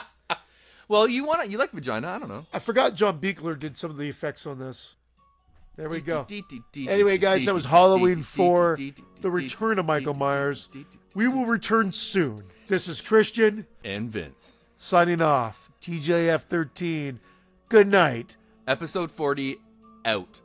Speaker 2: Well, you want to... You like vagina? I don't know.
Speaker 1: I forgot John Beekler did some of the effects on this. There we
Speaker 2: [laughs]
Speaker 1: go.
Speaker 2: Anyway,
Speaker 1: Anyway, guys, that was Halloween 4, The Return of Michael Myers. We will return soon. This is Christian
Speaker 2: and Vince.
Speaker 1: signing off. TJF13. Good night.
Speaker 2: Episode 40 out.